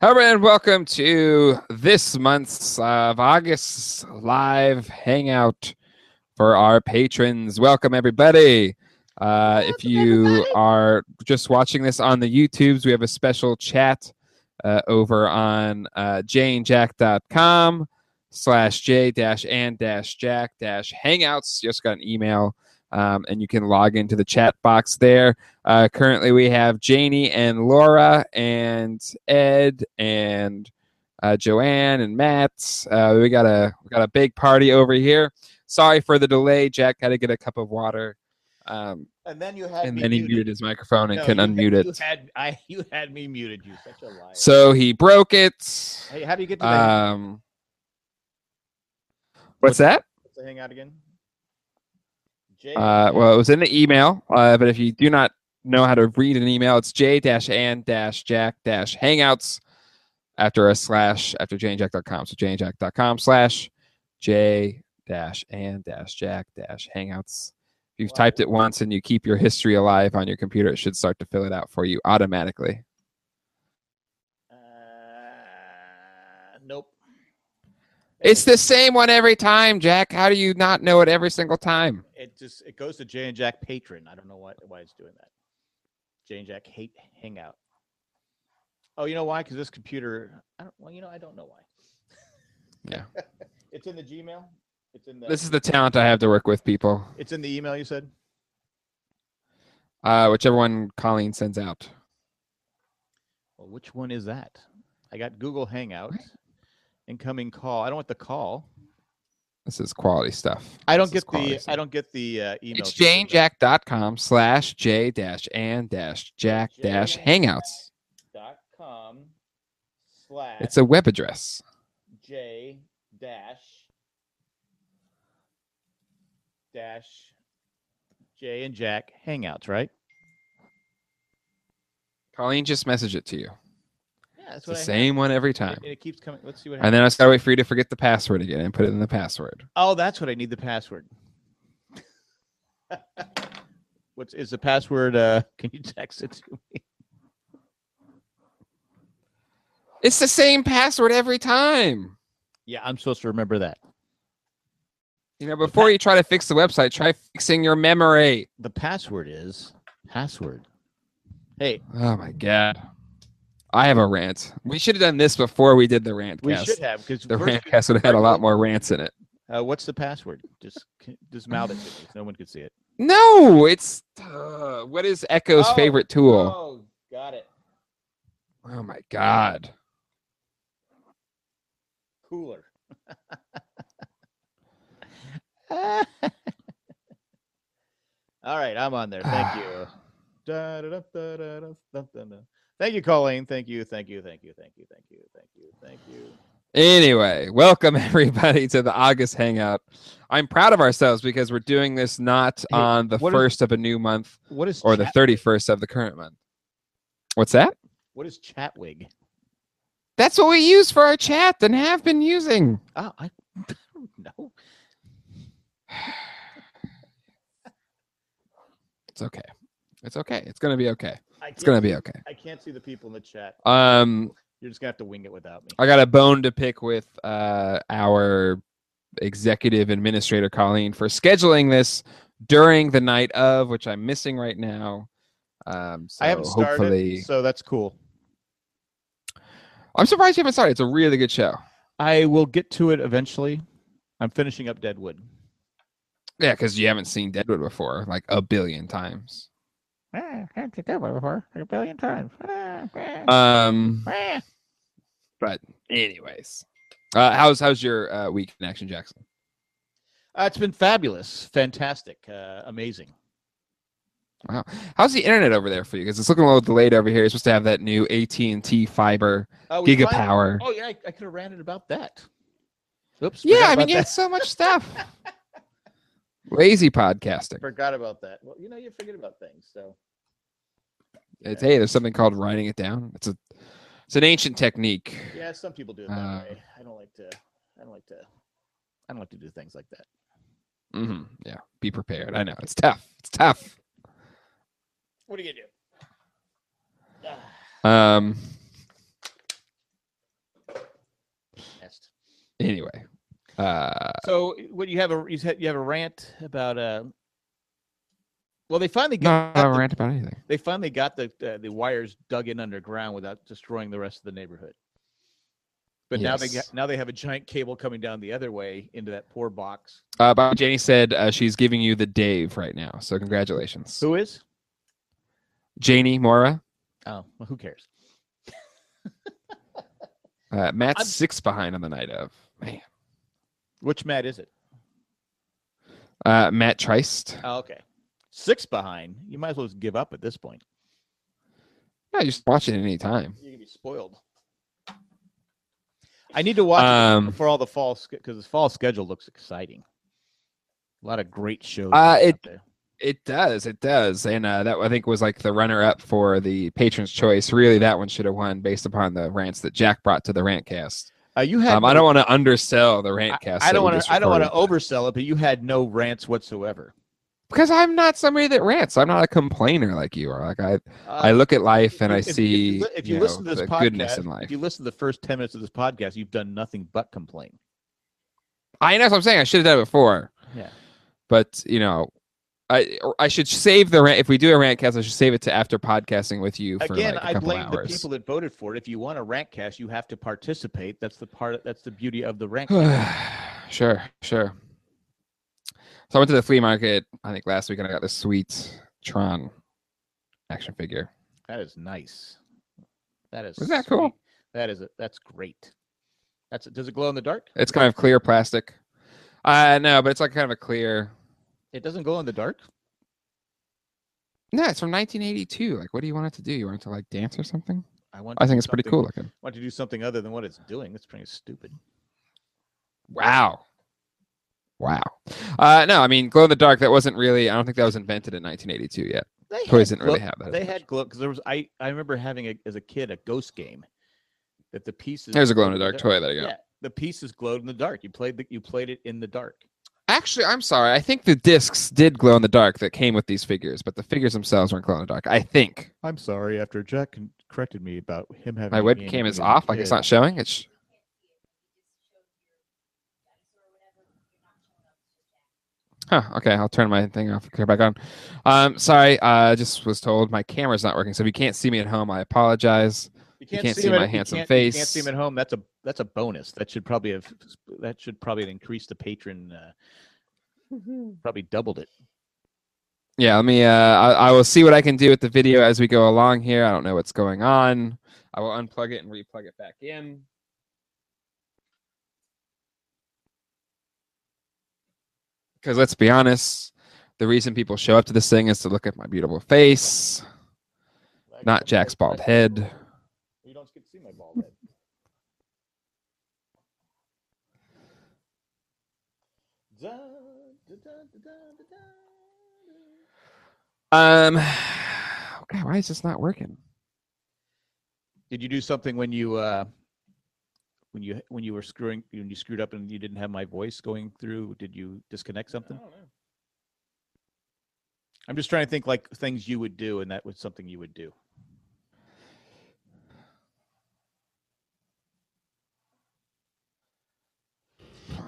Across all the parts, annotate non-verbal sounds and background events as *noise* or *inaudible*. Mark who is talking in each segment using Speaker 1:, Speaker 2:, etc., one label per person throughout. Speaker 1: Hello and welcome to this month's of August live hangout for our patrons. Welcome everybody. Uh, if you are just watching this on the YouTubes, we have a special chat uh, over on uh, janejack.com slash j dash and dash jack dash hangouts. Just got an email um, and you can log into the chat box there. Uh, currently, we have Janie and Laura and Ed and uh, Joanne and Matt. Uh, we got a we got a big party over here. Sorry for the delay. Jack had to get a cup of water, um,
Speaker 2: And then you had
Speaker 1: and
Speaker 2: me
Speaker 1: then he muted his microphone and
Speaker 2: No, you
Speaker 1: couldn't
Speaker 2: had-
Speaker 1: unmute
Speaker 2: You
Speaker 1: it.
Speaker 2: had I *laughs* you had me muted. You such a liar.
Speaker 1: So he broke it.
Speaker 2: hey, how do you get to the, hang-
Speaker 1: Um, what's that?
Speaker 2: the hangout again? Jay,
Speaker 1: Uh, well, it was in the email, uh, but if you do not know how to read an email, it's j and jack hangouts after a slash after janejack.com. So janejack.com slash j and jack hangouts. If you've
Speaker 2: Wow.
Speaker 1: typed it once and you keep your history alive on your computer, it should start to fill it out for you automatically.
Speaker 2: uh, nope.
Speaker 1: It's the same one every time, Jack. How do you not know it every single time?
Speaker 2: It just it goes to Jay and Jack patron. I don't know why why it's doing that. Jay and Jack hate hangout. Oh, you know why? Because this computer. I don't. Well, you know I don't know why.
Speaker 1: Yeah.
Speaker 2: *laughs* it's in the Gmail. It's in the.
Speaker 1: This is the talent I have to work with, people.
Speaker 2: it's in the email you said.
Speaker 1: Uh, whichever one Colleen sends out.
Speaker 2: Well, which one is that? I got Google Hangout,
Speaker 1: Right.
Speaker 2: incoming call. I don't want the call.
Speaker 1: This is quality stuff.
Speaker 2: I don't
Speaker 1: This is
Speaker 2: get
Speaker 1: quality
Speaker 2: the. I
Speaker 1: stuff.
Speaker 2: don't get the uh, email.
Speaker 1: It's
Speaker 2: system, but
Speaker 1: janejack.com slash j dash and dash jack dash hangouts.
Speaker 2: Dot com slash
Speaker 1: It's a web address.
Speaker 2: j dash dash J and Jack Hangouts, right?
Speaker 1: Colleen just messaged it to you.
Speaker 2: Yeah, that's
Speaker 1: It's the same one every time.
Speaker 2: And it keeps coming. Let's see what
Speaker 1: And
Speaker 2: happens.
Speaker 1: then I just gotta wait for you to forget the password again and put it in the password.
Speaker 2: Oh, that's what I need the *laughs* password. What's is the password? Uh, *laughs* can you text it to me?
Speaker 1: It's the same password every time.
Speaker 2: Yeah, I'm supposed to remember that.
Speaker 1: You know, before you try to fix the website, try fixing your memory.
Speaker 2: The password is password. Hey,
Speaker 1: Oh my god. I have a rant. We should have done this before we did the rant
Speaker 2: we
Speaker 1: cast.
Speaker 2: should have because
Speaker 1: The rant cast would have had a lot more rants in it.
Speaker 2: Uh, what's the password? Just c- just mouth it to me. No one could see it.
Speaker 1: No, it's uh, what is Echo's
Speaker 2: Oh,
Speaker 1: favorite tool?
Speaker 2: Oh, got it.
Speaker 1: Oh. my god.
Speaker 2: *laughs* Cooler. All right, I'm on there.
Speaker 1: *sighs*
Speaker 2: Thank you. Da-da-da-da-da-da-da-da. Thank you, Colleen. Thank you. Thank you. Thank you. Thank you. Thank you. Thank you. Thank you.
Speaker 1: Anyway, welcome *laughs* everybody to the August Hangout. I'm proud of ourselves because we're doing this not
Speaker 2: Hey,
Speaker 1: on the
Speaker 2: what if-
Speaker 1: first of a new month
Speaker 2: What is
Speaker 1: or the
Speaker 2: Chat-
Speaker 1: 31st of the current month. What's that?
Speaker 2: What is Chatwig?
Speaker 1: That's what we use for our chat and have been using.
Speaker 2: Oh, I *laughs* don't know.
Speaker 1: It's okay. It's okay. It's gonna be okay.
Speaker 2: I
Speaker 1: It's gonna be okay.
Speaker 2: I can't see the people in the chat.
Speaker 1: Um,
Speaker 2: You're just gonna have to wing it without me.
Speaker 1: I got a bone to pick with uh, our executive administrator Colleen for scheduling this during the night of, which I'm missing right now. Um, so
Speaker 2: I haven't started,
Speaker 1: hopefully,
Speaker 2: so that's cool.
Speaker 1: I'm surprised you haven't started. It's a really good show.
Speaker 2: I will get to it eventually. I'm finishing up Deadwood.
Speaker 1: Yeah, because you haven't seen Deadwood before, like a billion times.
Speaker 2: I haven't seen Ah, Deadwood before a billion times. Ah,
Speaker 1: Um, but anyways, uh, how's how's your uh, week in Action Jackson?
Speaker 2: Uh, it's been fabulous, fantastic, uh, amazing.
Speaker 1: Wow, how's the internet over there for you? Because it's looking a little delayed over here. You're supposed to have that new AT and T fiber
Speaker 2: Oh, we
Speaker 1: gigapower.
Speaker 2: finally- Oh yeah, I, I could have ranted about that. Oops.
Speaker 1: Yeah,
Speaker 2: forgot
Speaker 1: I mean,
Speaker 2: about
Speaker 1: you had
Speaker 2: that.
Speaker 1: so much stuff. *laughs* Lazy podcasting.
Speaker 2: Forgot about that. *laughs* Well, you know, you forget about things. So
Speaker 1: It's hey, there's something called writing it down. It's a it's an ancient technique.
Speaker 2: yeah, some people do it that
Speaker 1: Uh,
Speaker 2: way. I don't like to. I don't like to. I don't like to do things like that.
Speaker 1: hmm Yeah, be prepared. I know it's tough. It's tough.
Speaker 2: What are you gonna do? Ah.
Speaker 1: Um, Anyway, uh,
Speaker 2: So what you have a you said you have a rant about uh well they finally got
Speaker 1: not a
Speaker 2: the,
Speaker 1: rant about anything.
Speaker 2: they finally got the uh, the wires dug in underground without destroying the rest of the neighborhood. But now they
Speaker 1: Yes.
Speaker 2: got, now they have a giant cable coming down the other way into that poor box.
Speaker 1: Uh, but Janie said uh, she's giving you the Dave right now, so congratulations,
Speaker 2: Who is?
Speaker 1: Janie Mora.
Speaker 2: Oh, well, who cares?
Speaker 1: Uh, Matt's
Speaker 2: I'm-
Speaker 1: six behind on the night of. Man.
Speaker 2: Which Matt is it?
Speaker 1: Uh, Matt Trist.
Speaker 2: Oh, okay. Six behind. You might as well just give up at this point.
Speaker 1: Yeah, you just watch it any time.
Speaker 2: You can be spoiled. I need to watch
Speaker 1: Um,
Speaker 2: it before all the fall because this fall schedule looks exciting. A lot of great shows
Speaker 1: Uh,
Speaker 2: out
Speaker 1: it-
Speaker 2: there.
Speaker 1: It does, it does, and uh, that I think was like the runner-up for the Patron's Choice. Really, that one should have won based upon the rants that Jack brought to the Rantcast.
Speaker 2: Uh, you had
Speaker 1: Um, I
Speaker 2: no-
Speaker 1: don't want to undersell the Rantcast.
Speaker 2: I, I don't
Speaker 1: want
Speaker 2: want to. I don't want to oversell it, but you had no rants whatsoever.
Speaker 1: because I'm not somebody that rants. I'm not a complainer like you are. Like I,
Speaker 2: Uh,
Speaker 1: I look at life and I
Speaker 2: if- if you
Speaker 1: see
Speaker 2: li- if you,
Speaker 1: know,
Speaker 2: listen to this
Speaker 1: the
Speaker 2: podcast,
Speaker 1: goodness in life.
Speaker 2: if you listen to the first ten minutes of this podcast, you've done nothing but complain.
Speaker 1: I know what I'm saying. I should have done it before.
Speaker 2: Yeah.
Speaker 1: But you know, I I should save the rant. If we do a rant cast, I should save it to after podcasting with you for
Speaker 2: Again,
Speaker 1: like a
Speaker 2: I
Speaker 1: couple
Speaker 2: blame the
Speaker 1: hours.
Speaker 2: people that voted for it. If you want a rant cast, you have to participate. That's the part. That's the beauty of the rant.
Speaker 1: *sighs* sure, sure. So I went to the flea market. I think last week, and I got this sweet Tron action figure.
Speaker 2: that is nice. That is.
Speaker 1: Isn't that cool?
Speaker 2: sweet. That is. A, that's great. That's. Does it glow in the dark?
Speaker 1: It's kind of clear plastic. Uh no, but it's like kind of a clear.
Speaker 2: It doesn't glow in the dark.
Speaker 1: No, it's from 1982. Like, what do you want it to do? You want it to like dance or something?
Speaker 2: I want.
Speaker 1: I
Speaker 2: to do
Speaker 1: think it's pretty
Speaker 2: something-
Speaker 1: cool looking.
Speaker 2: Want to do something other than what it's doing? That's pretty stupid.
Speaker 1: Wow. Wow. Uh, no, I mean, glow in the dark, that wasn't really, I don't think that was invented in 1982 yet.
Speaker 2: They had
Speaker 1: Toys didn't
Speaker 2: glow-
Speaker 1: really have that. as
Speaker 2: They
Speaker 1: much.
Speaker 2: had glow because there was. I I remember having a, as a kid a ghost game that the pieces.
Speaker 1: There's a glow in the dark toy
Speaker 2: glowed
Speaker 1: that I got.
Speaker 2: Yeah, the pieces glowed in the dark. You played the, you played it in the dark.
Speaker 1: Actually, I'm sorry. I think the discs did glow in the dark that came with these figures, but the figures themselves weren't glow in the dark. I think.
Speaker 2: I'm sorry. After Jack corrected me about him having
Speaker 1: My webcam is off, like it's not showing. It's. Huh, okay, I'll turn my thing off. Go back on. Um, sorry, I just was told my camera's not working, so if you can't see me at home, I apologize.
Speaker 2: You can't,
Speaker 1: can't
Speaker 2: see,
Speaker 1: see
Speaker 2: him at-
Speaker 1: my
Speaker 2: you
Speaker 1: handsome
Speaker 2: can't- You can't see him
Speaker 1: face.
Speaker 2: at home. That's a that's a bonus. That should probably have that should probably increase the patron. Uh, probably doubled it.
Speaker 1: Yeah, let me. Uh, I, I will see what I can do with the video as we go along here. I don't know what's going on. I will unplug it and replug it back in. Because let's be honest, the reason people show up to this thing is to look at my beautiful face, not Jack's bald head.
Speaker 2: You don't get to see my bald head. Dun, dun, dun, dun, dun, dun,
Speaker 1: Um,
Speaker 2: dun.
Speaker 1: God, why is this not working?
Speaker 2: Did you do something when you uh, when you when you were screwing when you screwed up and you didn't have my voice going through? Did you disconnect something? I'm just trying to think like things you would do, and that was something you would do.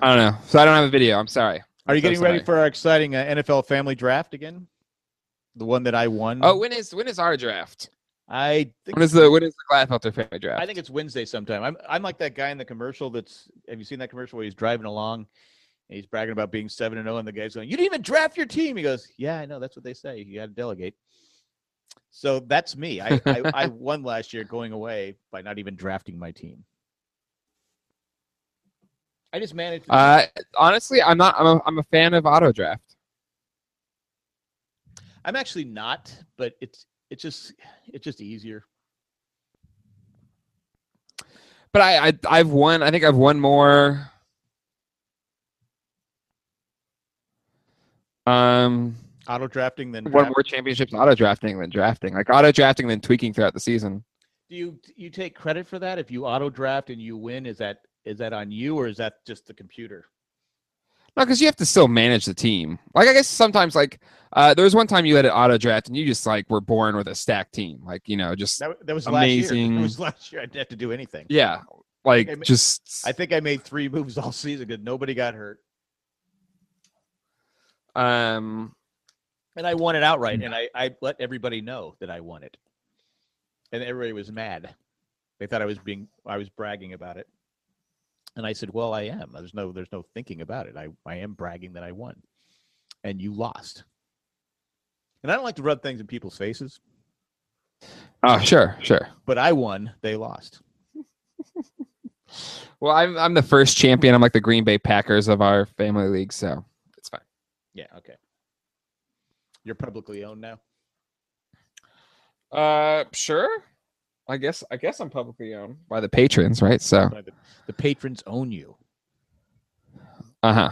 Speaker 1: I don't know. So I don't have a video. I'm sorry.
Speaker 2: Are you
Speaker 1: So
Speaker 2: getting ready
Speaker 1: sorry.
Speaker 2: for our exciting uh, NFL family draft again? The one that I won.
Speaker 1: Oh, when is when is our draft?
Speaker 2: I think
Speaker 1: When is the when is the Gladfelter family draft?
Speaker 2: I think it's Wednesday sometime. I'm I'm like that guy in the commercial that's have you seen that commercial where he's driving along and he's bragging about being seven and zero and the guy's going, You didn't even draft your team. He goes, Yeah, I know, that's what they say. You gotta delegate. So that's me. I, I, I won last year going away by not even drafting my team. I just managed to
Speaker 1: Uh, honestly, I'm not. I'm a, I'm a fan of auto draft.
Speaker 2: I'm actually not, but it's it's just it's just easier.
Speaker 1: But I, I I've won. I think I've won more. Um,
Speaker 2: Auto drafting than
Speaker 1: won
Speaker 2: draft.
Speaker 1: more championships auto drafting than drafting. Like auto drafting than tweaking throughout the season.
Speaker 2: Do you you take credit for that if you auto draft and you win? Is that is that on you or is that just the computer?
Speaker 1: No, because you have to still manage the team. Like I guess sometimes, like uh, there was one time you had an auto draft and you just like were born with a stacked team. Like you know, just
Speaker 2: That, that was *laughs* last year.
Speaker 1: Amazing.
Speaker 2: It was last year. I didn't have to do anything.
Speaker 1: yeah. Like
Speaker 2: I ma-
Speaker 1: just
Speaker 2: I think I made three moves all season because nobody got hurt,
Speaker 1: um
Speaker 2: and I won it outright. And I, I let everybody know that I won it, and everybody was mad. They thought I was being I was bragging about it, and I said, "Well, I am. There's no there's no thinking about it. I I am bragging that I won, and you lost." And I don't like to rub things in people's faces,
Speaker 1: oh sure, sure.
Speaker 2: but I won. They lost.
Speaker 1: Well, I'm I'm the first champion. I'm like the Green Bay Packers of our family league, so it's fine.
Speaker 2: Yeah. Okay. You're publicly owned now.
Speaker 1: Uh sure. I guess I guess I'm publicly owned by the patrons, right? So
Speaker 2: By The, the patrons own you.
Speaker 1: Uh huh.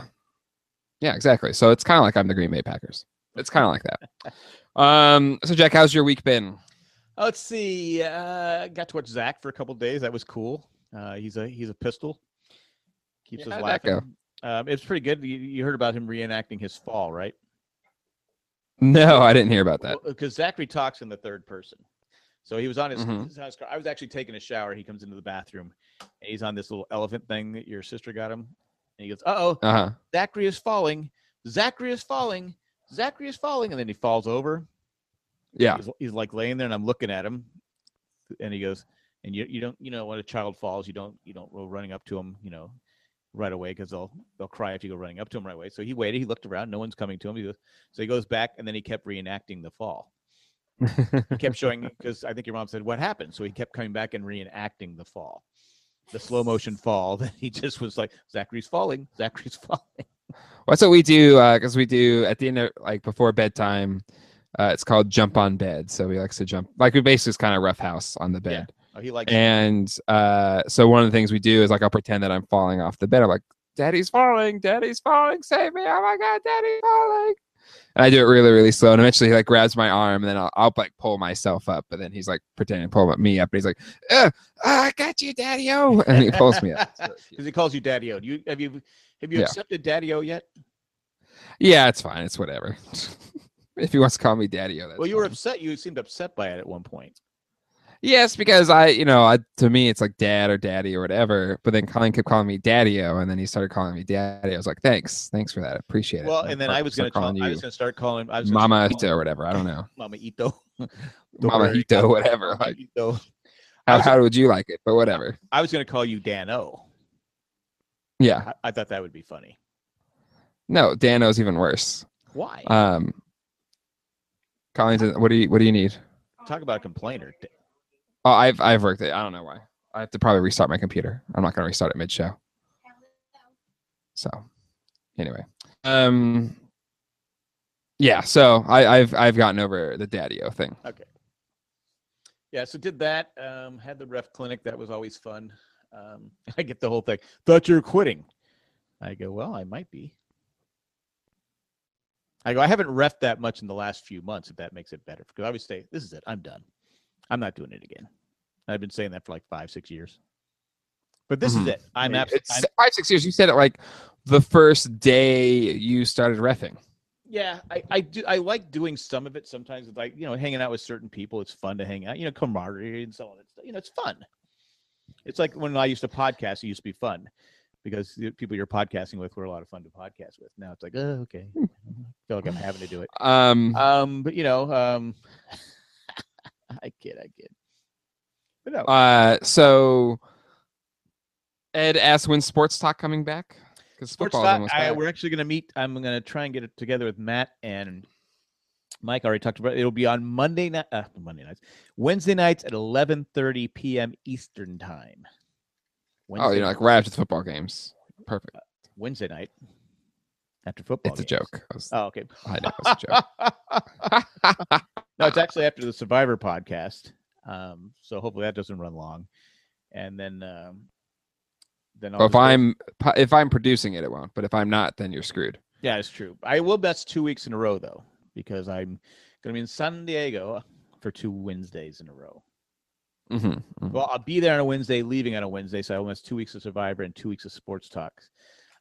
Speaker 1: Yeah, exactly. So it's kind of like I'm the Green Bay Packers. It's kind of like that. *laughs* Um. So Jack, how's your week been?
Speaker 2: Let's see. Uh, got to watch Zach for a couple days. That was cool. Uh, he's a he's a pistol. Keeps
Speaker 1: Yeah,
Speaker 2: us
Speaker 1: how'd that
Speaker 2: laughing.
Speaker 1: go?
Speaker 2: Um, it's pretty good. You, you heard about him reenacting his fall, right?
Speaker 1: No, I didn't hear about *laughs* that.
Speaker 2: Because Zachary talks in the third person. So he was on his,
Speaker 1: Mhm.
Speaker 2: his house car. I was actually taking a shower. He comes into the bathroom. And he's on this little elephant thing that your sister got him. And he goes, "Uh oh,
Speaker 1: Uh huh.
Speaker 2: Zachary is falling. Zachary is falling. Zachary is falling." And then he falls over.
Speaker 1: Yeah.
Speaker 2: he's, he's like laying there and I'm looking at him and he goes, and you, you don't, you know, when a child falls, you don't, you don't go running up to him, you know, right away. Cause they'll, they'll cry if you go running up to him right away. So he waited, he looked around, no one's coming to him. He goes, so he goes back and then he kept reenacting the fall. He kept showing, cause I think your mom said what happened. So he kept coming back and reenacting the fall, the slow motion fall *laughs* that he just was like, Zachary's falling, Zachary's falling.
Speaker 1: Well, That's what we do because we do at the end of like before bedtime. Uh, it's called jump on bed. So he likes to jump like we basically just kind of rough house on the bed.
Speaker 2: Oh, he likes,
Speaker 1: And uh, so one of the things we do is like I'll pretend that I'm falling off the bed. I'm like, "Daddy's falling! Daddy's falling! Save me! Oh my God, Daddy's falling!" And I do it really, really slow. And eventually, he like grabs my arm, and then I'll, I'll like pull myself up. And then he's like pretending to pull up me up, and he's like, "Ugh, oh, "I got you, Daddy O!" *laughs* And he pulls me
Speaker 2: *laughs*
Speaker 1: up. It's really cute.
Speaker 2: cause he calls you daddy-o. Do you, have you, have you
Speaker 1: Yeah.
Speaker 2: accepted daddy-o yet?
Speaker 1: yeah, it's fine. It's whatever. *laughs* if he wants to call me Daddy O, that's
Speaker 2: well, you were
Speaker 1: fine.
Speaker 2: upset. You seemed upset by it at one point.
Speaker 1: Yes, because I, you know, I, to me it's like dad or daddy or whatever. But then Colin kept calling me daddy-o, and then he started calling me daddy. I was like, thanks, thanks for that, I appreciate it.
Speaker 2: Well, and then I
Speaker 1: I'll
Speaker 2: was
Speaker 1: start
Speaker 2: going to
Speaker 1: calling
Speaker 2: I
Speaker 1: you
Speaker 2: was going to start calling. I was gonna
Speaker 1: Mama
Speaker 2: start
Speaker 1: Hito
Speaker 2: calling
Speaker 1: or whatever. I don't know,
Speaker 2: Mama Ito. *laughs* Don't
Speaker 1: *laughs* Mama
Speaker 2: worry,
Speaker 1: Hito, *laughs*
Speaker 2: *laughs* Mama-
Speaker 1: whatever.
Speaker 2: Mama
Speaker 1: Like,
Speaker 2: Ito. I
Speaker 1: how,
Speaker 2: was-
Speaker 1: how would you like it? But whatever.
Speaker 2: I was going to call you Dano.
Speaker 1: Yeah,
Speaker 2: I, I thought that would be funny.
Speaker 1: no, Dano's even worse.
Speaker 2: Why?
Speaker 1: Um, Colin, did- what do you what do you need?
Speaker 2: Talk about a complainer. D-
Speaker 1: Oh, I've I've worked it. I don't know why. I have to probably restart my computer. I'm not going to restart it mid-show. So, anyway, um, yeah. So I, I've I've gotten over the daddy-o thing.
Speaker 2: Yeah. So did that. Um, had the ref clinic. That was always fun. Um, *laughs* I get the whole thing. Thought you were quitting. I go. Well, I might be. I go. I haven't refed that much in the last few months. If that makes it better, because I always say, "This is it. I'm done. I'm not doing it again." I've been saying that for like five, six years. But this
Speaker 1: Mhm.
Speaker 2: is it. I'm
Speaker 1: Like,
Speaker 2: absolutely.
Speaker 1: it's five six years. You said it like the first day you started refing.
Speaker 2: Yeah, I, I do. I like doing some of it sometimes. It's like you know, hanging out with certain people. It's fun to hang out. You know, camaraderie and so on. It's, you know, it's fun. It's like when I used to podcast. It used to be fun because the people you're podcasting with were a lot of fun to podcast with. Now it's like, oh, okay. I feel like I'm having to do it.
Speaker 1: Um,
Speaker 2: *laughs* Um, but you know, um, *laughs* I kid, I kid. But no,
Speaker 1: uh, so Ed asked when sports talk coming back because
Speaker 2: Sports
Speaker 1: football
Speaker 2: Talk,
Speaker 1: almost
Speaker 2: I,
Speaker 1: back.
Speaker 2: we're actually going to meet. I'm going to try and get it together with Matt and Mike. I already talked about it. It'll be on Monday night, uh, Monday nights, Wednesday nights at 11:30 p.m. Eastern time. Wednesday,
Speaker 1: Oh, you know, like right after the football games. Perfect.
Speaker 2: Wednesday night after football.
Speaker 1: It's a
Speaker 2: games.
Speaker 1: joke. I, was,
Speaker 2: Oh, okay.
Speaker 1: I know *laughs*
Speaker 2: *laughs*
Speaker 1: it's a joke.
Speaker 2: no, it's actually after the Survivor podcast. Um, so hopefully that doesn't run long, and then um, then I'll
Speaker 1: But if
Speaker 2: just go-
Speaker 1: I'm if I'm producing it, it won't. But if I'm not, then you're screwed.
Speaker 2: Yeah, it's true. I will best two weeks in a row though, because I'm going to be in San Diego for two Wednesdays in a row.
Speaker 1: hmm
Speaker 2: Well, I'll be there on a Wednesday, leaving on a Wednesday, so I will miss two weeks of Survivor and two weeks of Sports Talks.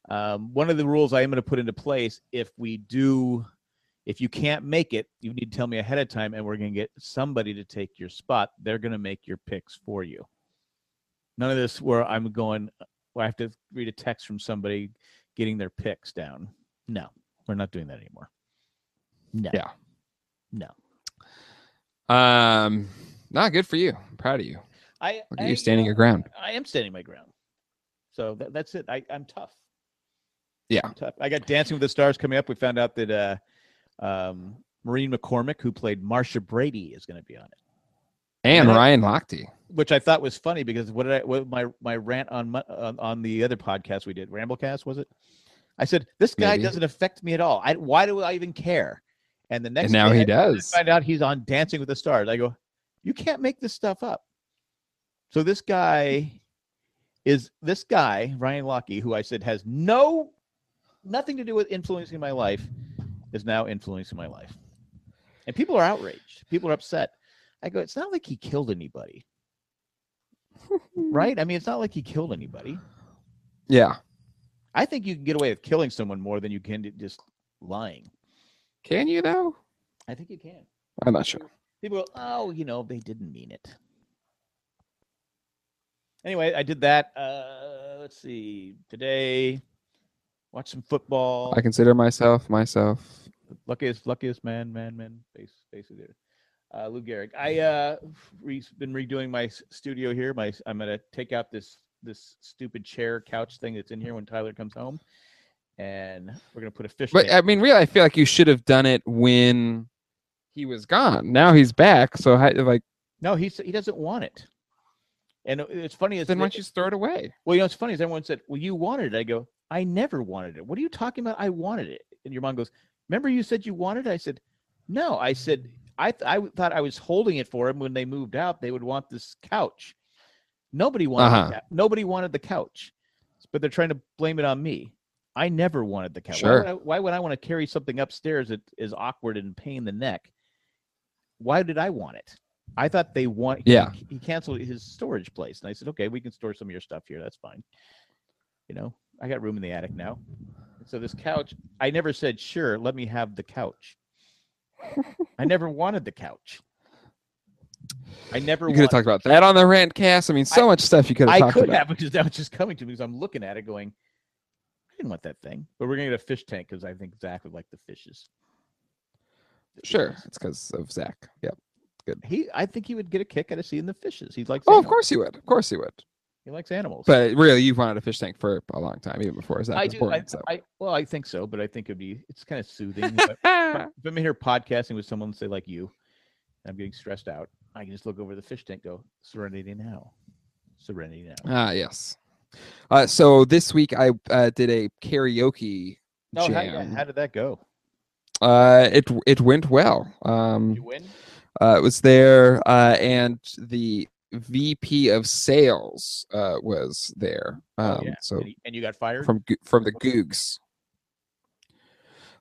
Speaker 2: Um, one of the rules I am going to put into place, if we do, if you can't make it, you need to tell me ahead of time, and we're going to get somebody to take your spot. They're going to make your picks for you. None of this where I'm going. Where I have to read a text from somebody getting their picks down. No, we're not doing that anymore. No.
Speaker 1: Yeah.
Speaker 2: No.
Speaker 1: Um, not good for you. I'm proud of you.
Speaker 2: I.
Speaker 1: Look
Speaker 2: I, uh,
Speaker 1: at you standing your ground.
Speaker 2: I am standing my ground. So that, that's it. I, I'm tough.
Speaker 1: Yeah.
Speaker 2: I'm tough. I got Dancing with the Stars coming up. We found out that uh, um, Maureen McCormick, who played Marsha Brady, is going to be on it,
Speaker 1: And
Speaker 2: Yeah.
Speaker 1: Ryan Lochte.
Speaker 2: which I thought was funny because what did I what my my rant on Mon- on, on the other podcast we did Ramblecast was it? I said this guy
Speaker 1: Maybe.
Speaker 2: doesn't affect me at all. I, why do I even care? And the next
Speaker 1: And now
Speaker 2: day
Speaker 1: he
Speaker 2: I
Speaker 1: does.
Speaker 2: find out he's on Dancing with the Stars. I go, you can't make this stuff up. So this guy is this guy Ryan Lochte, who I said has no nothing to do with influencing my life, is now influencing my life, and people are outraged. People are upset. I go, it's not like he killed anybody, right? I mean, it's not like he killed anybody.
Speaker 1: Yeah.
Speaker 2: I think you can get away with killing someone more than you can to just lying.
Speaker 1: Can you though?
Speaker 2: I think you can.
Speaker 1: I'm not sure.
Speaker 2: People go, oh, you know, they didn't mean it. Anyway, I did that. Uh, let's see. Today, watch some football.
Speaker 1: I consider myself myself.
Speaker 2: luckiest, luckiest man, man, man. Face, face of it. Uh, Lou Gehrig. I uh, re- been redoing my s- studio here. My I'm gonna take out this this stupid chair couch thing that's in here when Tyler comes home, and we're gonna put a fish.
Speaker 1: But I mean, really, I feel like you should have done it when he was gone. Now he's back, so how, like,
Speaker 2: no, he he doesn't want it. And it- it's funny. Is
Speaker 1: then why
Speaker 2: that-
Speaker 1: don't you just throw it away?
Speaker 2: Well, you know, it's funny is everyone said, Well, you wanted it. I go, I never wanted it. What are you talking about? I wanted it. And your mom goes, Remember you said you wanted it? I said, No. I said, I, th- I w- thought I was holding it for him when they moved out. They would want this couch. Nobody wanted
Speaker 1: Uh-huh.
Speaker 2: the cou- nobody wanted the couch, but they're trying to blame it on me. I never wanted the couch. Why, would
Speaker 1: Sure.
Speaker 2: I, why would I want to carry something upstairs that is awkward and pain in the neck? Why did I want it? I thought they want. he-
Speaker 1: Yeah.
Speaker 2: He, canceled his storage place, and I said, okay, we can store some of your stuff here. That's fine. You know, I got room in the attic now. So this couch, I never said, sure, let me have the couch. I never wanted the couch. I never.
Speaker 1: You could have
Speaker 2: wanted-
Speaker 1: talked about that on the rant cast. I mean, so much stuff you could have
Speaker 2: I
Speaker 1: talked
Speaker 2: could
Speaker 1: about.
Speaker 2: have because now it's just coming to me because I'm looking at it going, I didn't want that thing. But we're gonna get a fish tank because I think Zach would like the fishes.
Speaker 1: Sure, it's because of Zach. Yep.
Speaker 2: He, I think he would get a kick out of seeing the fishes. He likes.
Speaker 1: Oh, of
Speaker 2: animals.
Speaker 1: course you would. Of course you would.
Speaker 2: He likes animals.
Speaker 1: But really, you've wanted a fish tank for a long time, even before Zach
Speaker 2: I
Speaker 1: was
Speaker 2: do.
Speaker 1: born.
Speaker 2: I,
Speaker 1: so.
Speaker 2: I, well, I think so, but I think it'd be it's kind of soothing.
Speaker 1: *laughs*
Speaker 2: if I-
Speaker 1: Ah.
Speaker 2: if I'm in here podcasting with someone, say like you, and I'm getting stressed out, I can just look over the fish tank, go serenity now, serenity now.
Speaker 1: Ah, yes. Uh, so this week I uh, did a karaoke
Speaker 2: No, Oh, how,
Speaker 1: *laughs*
Speaker 2: yeah,
Speaker 1: jam.
Speaker 2: how did that go?
Speaker 1: uh, it it went well. Um,
Speaker 2: You win.
Speaker 1: uh, it was there, uh, and the VP of sales uh, was there. Um,
Speaker 2: oh, yeah.
Speaker 1: So
Speaker 2: and, you, and you got fired.
Speaker 1: from Go- from the Googs.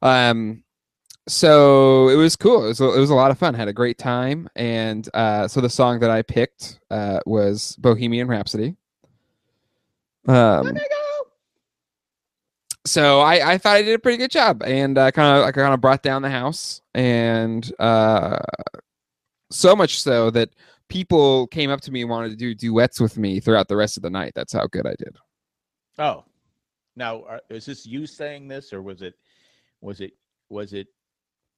Speaker 1: Um, so it was cool. It was a- it was a lot of fun. Had a great time, and uh, so the song that I picked uh, was Bohemian Rhapsody. Um, so I, I thought I did a pretty good job, and uh, kind of I kind of brought down the house, and uh, so much so that people came up to me and wanted to do duets with me throughout the rest of the night. That's how good I did.
Speaker 2: Oh, now are, is this you saying this, or was it, was it, was it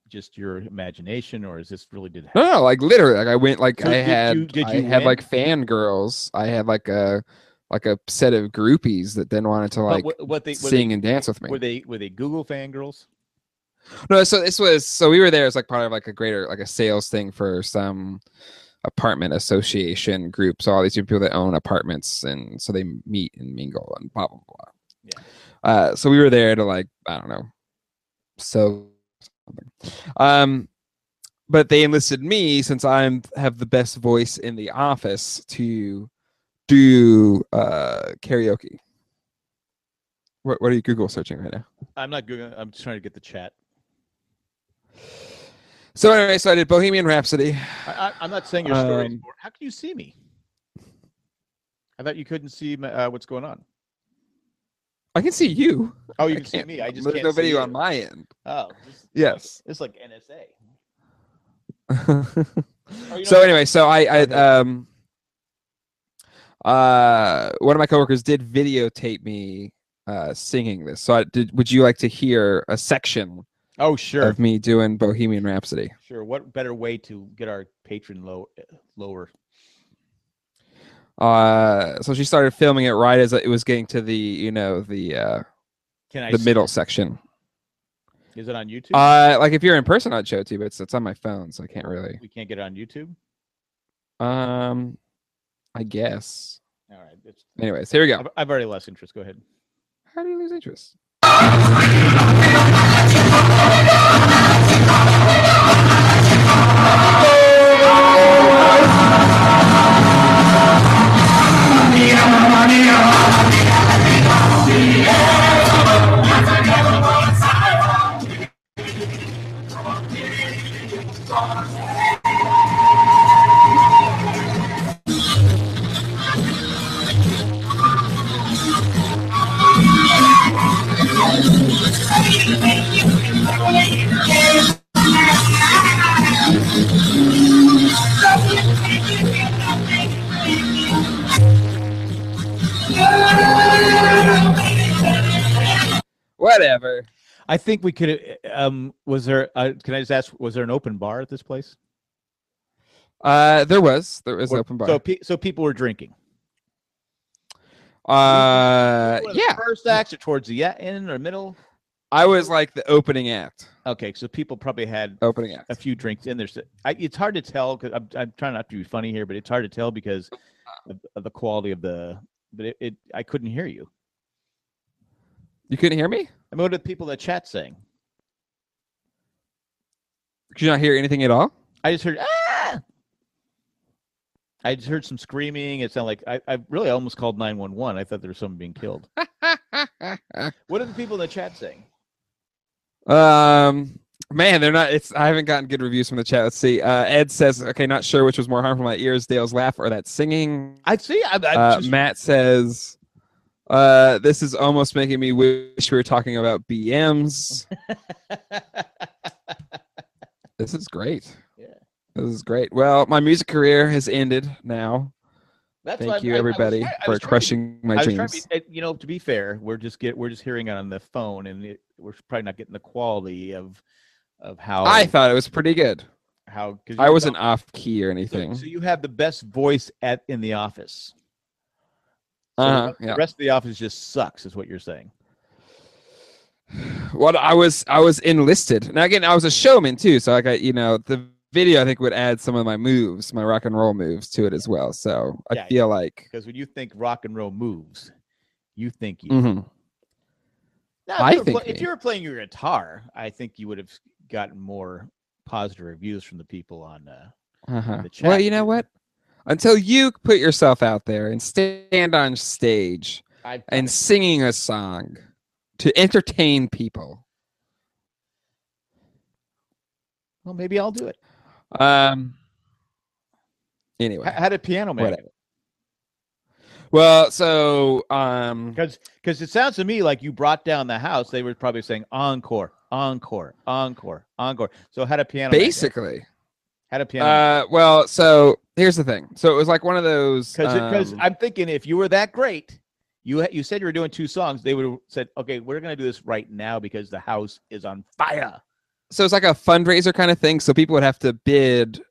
Speaker 2: just your imagination, or is this really did happen?
Speaker 1: No, no, like literally, like I went, like
Speaker 2: So
Speaker 1: I
Speaker 2: did
Speaker 1: had,
Speaker 2: you- did
Speaker 1: I
Speaker 2: you
Speaker 1: had
Speaker 2: win?
Speaker 1: like fangirls. I had like a, like a set of groupies that then wanted to like
Speaker 2: but what, what they, were
Speaker 1: sing
Speaker 2: they,
Speaker 1: and dance with me.
Speaker 2: were they were they Google fangirls?
Speaker 1: No, so this was so we were there as like part of like a greater like a sales thing for some apartment association group. So all these people that own apartments and so they meet and mingle and blah blah blah.
Speaker 2: Yeah.
Speaker 1: Uh, so we were there to like I don't know. So um but they enlisted me since I'm have the best voice in the office to do uh karaoke. What what are you Google searching right now?
Speaker 2: I'm not googling. I'm just trying to get the chat.
Speaker 1: So anyway, so I did Bohemian Rhapsody.
Speaker 2: I, I, I'm not saying your story.
Speaker 1: Um,
Speaker 2: How can you see me? I thought you couldn't see my, uh, what's going on.
Speaker 1: I can see you.
Speaker 2: Oh, you
Speaker 1: I
Speaker 2: can see
Speaker 1: can't-
Speaker 2: me. I just
Speaker 1: there's
Speaker 2: can't
Speaker 1: no
Speaker 2: see
Speaker 1: video
Speaker 2: you.
Speaker 1: on my end.
Speaker 2: Oh, this-
Speaker 1: Yes.
Speaker 2: It's like NSA.
Speaker 1: *laughs*
Speaker 2: Oh,
Speaker 1: so anyway, so I, I
Speaker 2: Okay.
Speaker 1: um, uh, one of my coworkers did videotape me uh, singing this. So I did. Would you like to hear a section
Speaker 2: Oh, sure.
Speaker 1: of me doing Bohemian Rhapsody?
Speaker 2: Sure. What better way to get our patron low lower?
Speaker 1: Uh, so she started filming it right as it was getting to the you know the uh,
Speaker 2: Can I
Speaker 1: the
Speaker 2: s-
Speaker 1: middle section.
Speaker 2: Is it on YouTube?
Speaker 1: Uh, like if you're in person, I'd show it to you, but it's, it's on my phone, so I can't really.
Speaker 2: we can't get it on YouTube.
Speaker 1: Um, I guess.
Speaker 2: All right. It's,
Speaker 1: Anyways, here we go.
Speaker 2: I've, I've already lost interest. Go ahead.
Speaker 1: How do you lose interest? Whatever.
Speaker 2: I think we could. uh, Um, was there? Uh, can I just ask? Was there an open bar at this place?
Speaker 1: Uh, there was there was an
Speaker 2: What-
Speaker 1: open bar.
Speaker 2: So, pe- so people were drinking.
Speaker 1: uh,
Speaker 2: Were the
Speaker 1: yeah,
Speaker 2: First act or towards the e- end or middle.
Speaker 1: I was like the opening act.
Speaker 2: Okay, so people probably had
Speaker 1: Opening
Speaker 2: a
Speaker 1: act.
Speaker 2: few drinks in there. So I, it's hard to tell because I'm, I'm trying not to be funny here, but it's hard to tell because of, of the quality of the. But it, it, I couldn't hear you.
Speaker 1: You couldn't hear me?
Speaker 2: I mean, what did people in the chat saying?
Speaker 1: Could you not hear anything at all?
Speaker 2: *laughs* I just heard ah. I just heard some screaming. It sounded like I, I really almost called nine one one. I thought there was someone being killed. What are the people in the chat saying?
Speaker 1: um, man, they're not. It's I haven't gotten good reviews from the chat. Let's see. Uh, Ed says, okay, not sure which was more harmful, my ears, Dale's laugh or that singing.
Speaker 2: I see. I, I
Speaker 1: Uh,
Speaker 2: *laughs* just,
Speaker 1: Matt says, uh, this is almost making me wish we were talking about BMs. This is great.
Speaker 2: Yeah.
Speaker 1: This is great. Well, my music career has ended now.
Speaker 2: That's why
Speaker 1: Thank
Speaker 2: I'm-
Speaker 1: you,
Speaker 2: I- I was
Speaker 1: everybody,
Speaker 2: try- I
Speaker 1: for
Speaker 2: was trying to-
Speaker 1: crushing my
Speaker 2: I was trying to
Speaker 1: dreams.
Speaker 2: be- uh, you know, to be fair, we're just get we're just hearing it on the phone, and it, we're probably not getting the quality of of how
Speaker 1: I thought it was pretty good.
Speaker 2: how because
Speaker 1: I wasn't off key or anything.
Speaker 2: So, so you have the best voice at in the office. So the
Speaker 1: Uh-huh,
Speaker 2: rest-
Speaker 1: yeah.
Speaker 2: The rest of the office just sucks, is what you're saying.
Speaker 1: Well, I was I was enlisted. Now again, I was a showman too, so like I, you know, the video I think would add some of my moves, my rock and roll moves to it as well. So I
Speaker 2: Yeah, yeah.
Speaker 1: feel like
Speaker 2: Because when you think rock and roll moves, you think you.
Speaker 1: Mhm.
Speaker 2: Now,
Speaker 1: I
Speaker 2: if, you were
Speaker 1: think
Speaker 2: pla- if
Speaker 1: me.
Speaker 2: you were playing your guitar, I think you would have gotten more positive reviews from the people on. Uh,
Speaker 1: Uh-huh.
Speaker 2: The
Speaker 1: Well,
Speaker 2: chat
Speaker 1: you know
Speaker 2: did.
Speaker 1: what? Until you put yourself out there and stand on stage
Speaker 2: I
Speaker 1: and singing a song to entertain people.
Speaker 2: well, maybe I'll do it.
Speaker 1: Um
Speaker 2: H-
Speaker 1: anyway.
Speaker 2: How did piano man?
Speaker 1: Whatever. Well, so um
Speaker 2: Because because it sounds to me like you brought down the house. They were probably saying encore, encore, encore, encore. So how did piano man do?
Speaker 1: basically
Speaker 2: How did piano? man-
Speaker 1: Uh, well, so here's the thing. So it was like one of those.
Speaker 2: Because because
Speaker 1: um,
Speaker 2: I'm thinking if you were that great, you ha- you said you were doing two songs. They would have said, okay, we're gonna do this right now because the house is on fire.
Speaker 1: so it's like a fundraiser kind of thing. So people would have to bid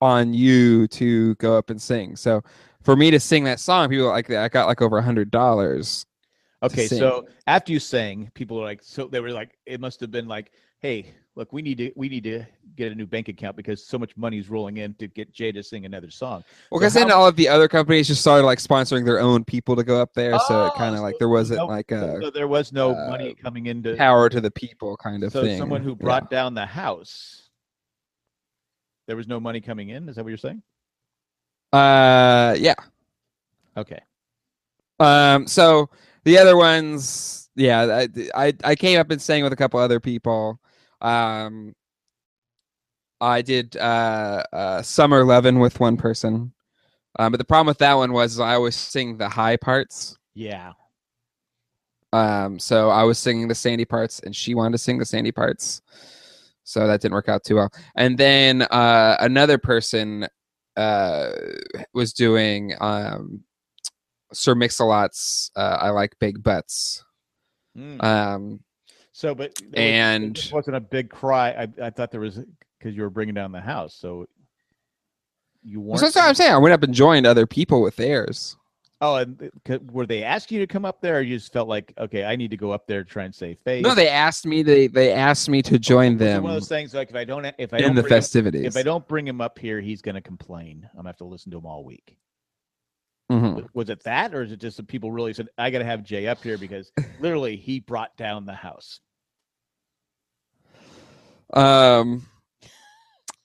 Speaker 1: on you to go up and sing. So for me to sing that song, people like I got like over a hundred dollars.
Speaker 2: Okay,
Speaker 1: sing.
Speaker 2: so after you sang, people were like, so they were like, it must have been like, hey, look, we need to we need to get a new bank account because so much money is rolling in to get Jay to sing another song.
Speaker 1: Well,
Speaker 2: So
Speaker 1: because then
Speaker 2: how-
Speaker 1: all of the other companies just started like sponsoring their own people to go up there. so it
Speaker 2: Oh,
Speaker 1: kind of
Speaker 2: so-
Speaker 1: like there wasn't
Speaker 2: so-
Speaker 1: like
Speaker 2: so,
Speaker 1: a
Speaker 2: there was no
Speaker 1: uh,
Speaker 2: money coming into
Speaker 1: power to the people kind of
Speaker 2: so
Speaker 1: thing.
Speaker 2: someone who
Speaker 1: Yeah.
Speaker 2: brought down the house. There was no money coming in. Is that what you're saying?
Speaker 1: Uh, yeah.
Speaker 2: Okay.
Speaker 1: Um, so the other ones, yeah, I, I I came up and sang with a couple other people. Um, I did uh, uh, summer lovin' with one person, um, but the problem with that one was is I always sing the high parts.
Speaker 2: Yeah.
Speaker 1: Um, so I was singing the sandy parts, and she wanted to sing the sandy parts. So that didn't work out too well. And then uh, another person uh, was doing um, Sir Mix-a-Lot's uh, "I Like Big Butts."
Speaker 2: Mm.
Speaker 1: Um,
Speaker 2: so, but there was-
Speaker 1: and-
Speaker 2: it wasn't a big cry. I, I thought there was because you were bringing down the house, so you
Speaker 1: so
Speaker 2: weren't.
Speaker 1: that's what I'm saying. I went up and joined other people with theirs.
Speaker 2: Oh, and th- c- were they asking you to come up there, or you just felt like, okay, I need to go up there to try and save face?
Speaker 1: No, they asked me. They they asked me to join
Speaker 2: Was it
Speaker 1: them
Speaker 2: One of those things like if I don't, if I
Speaker 1: in
Speaker 2: don't
Speaker 1: the
Speaker 2: bring him-
Speaker 1: festivities.
Speaker 2: if I don't bring him up here, he's going to complain. I'm gonna have to listen to him all week.
Speaker 1: Mhm.
Speaker 2: W- Was it that, or is it just that people really said, I got to have Jay up here because literally he brought down the house.
Speaker 1: Um,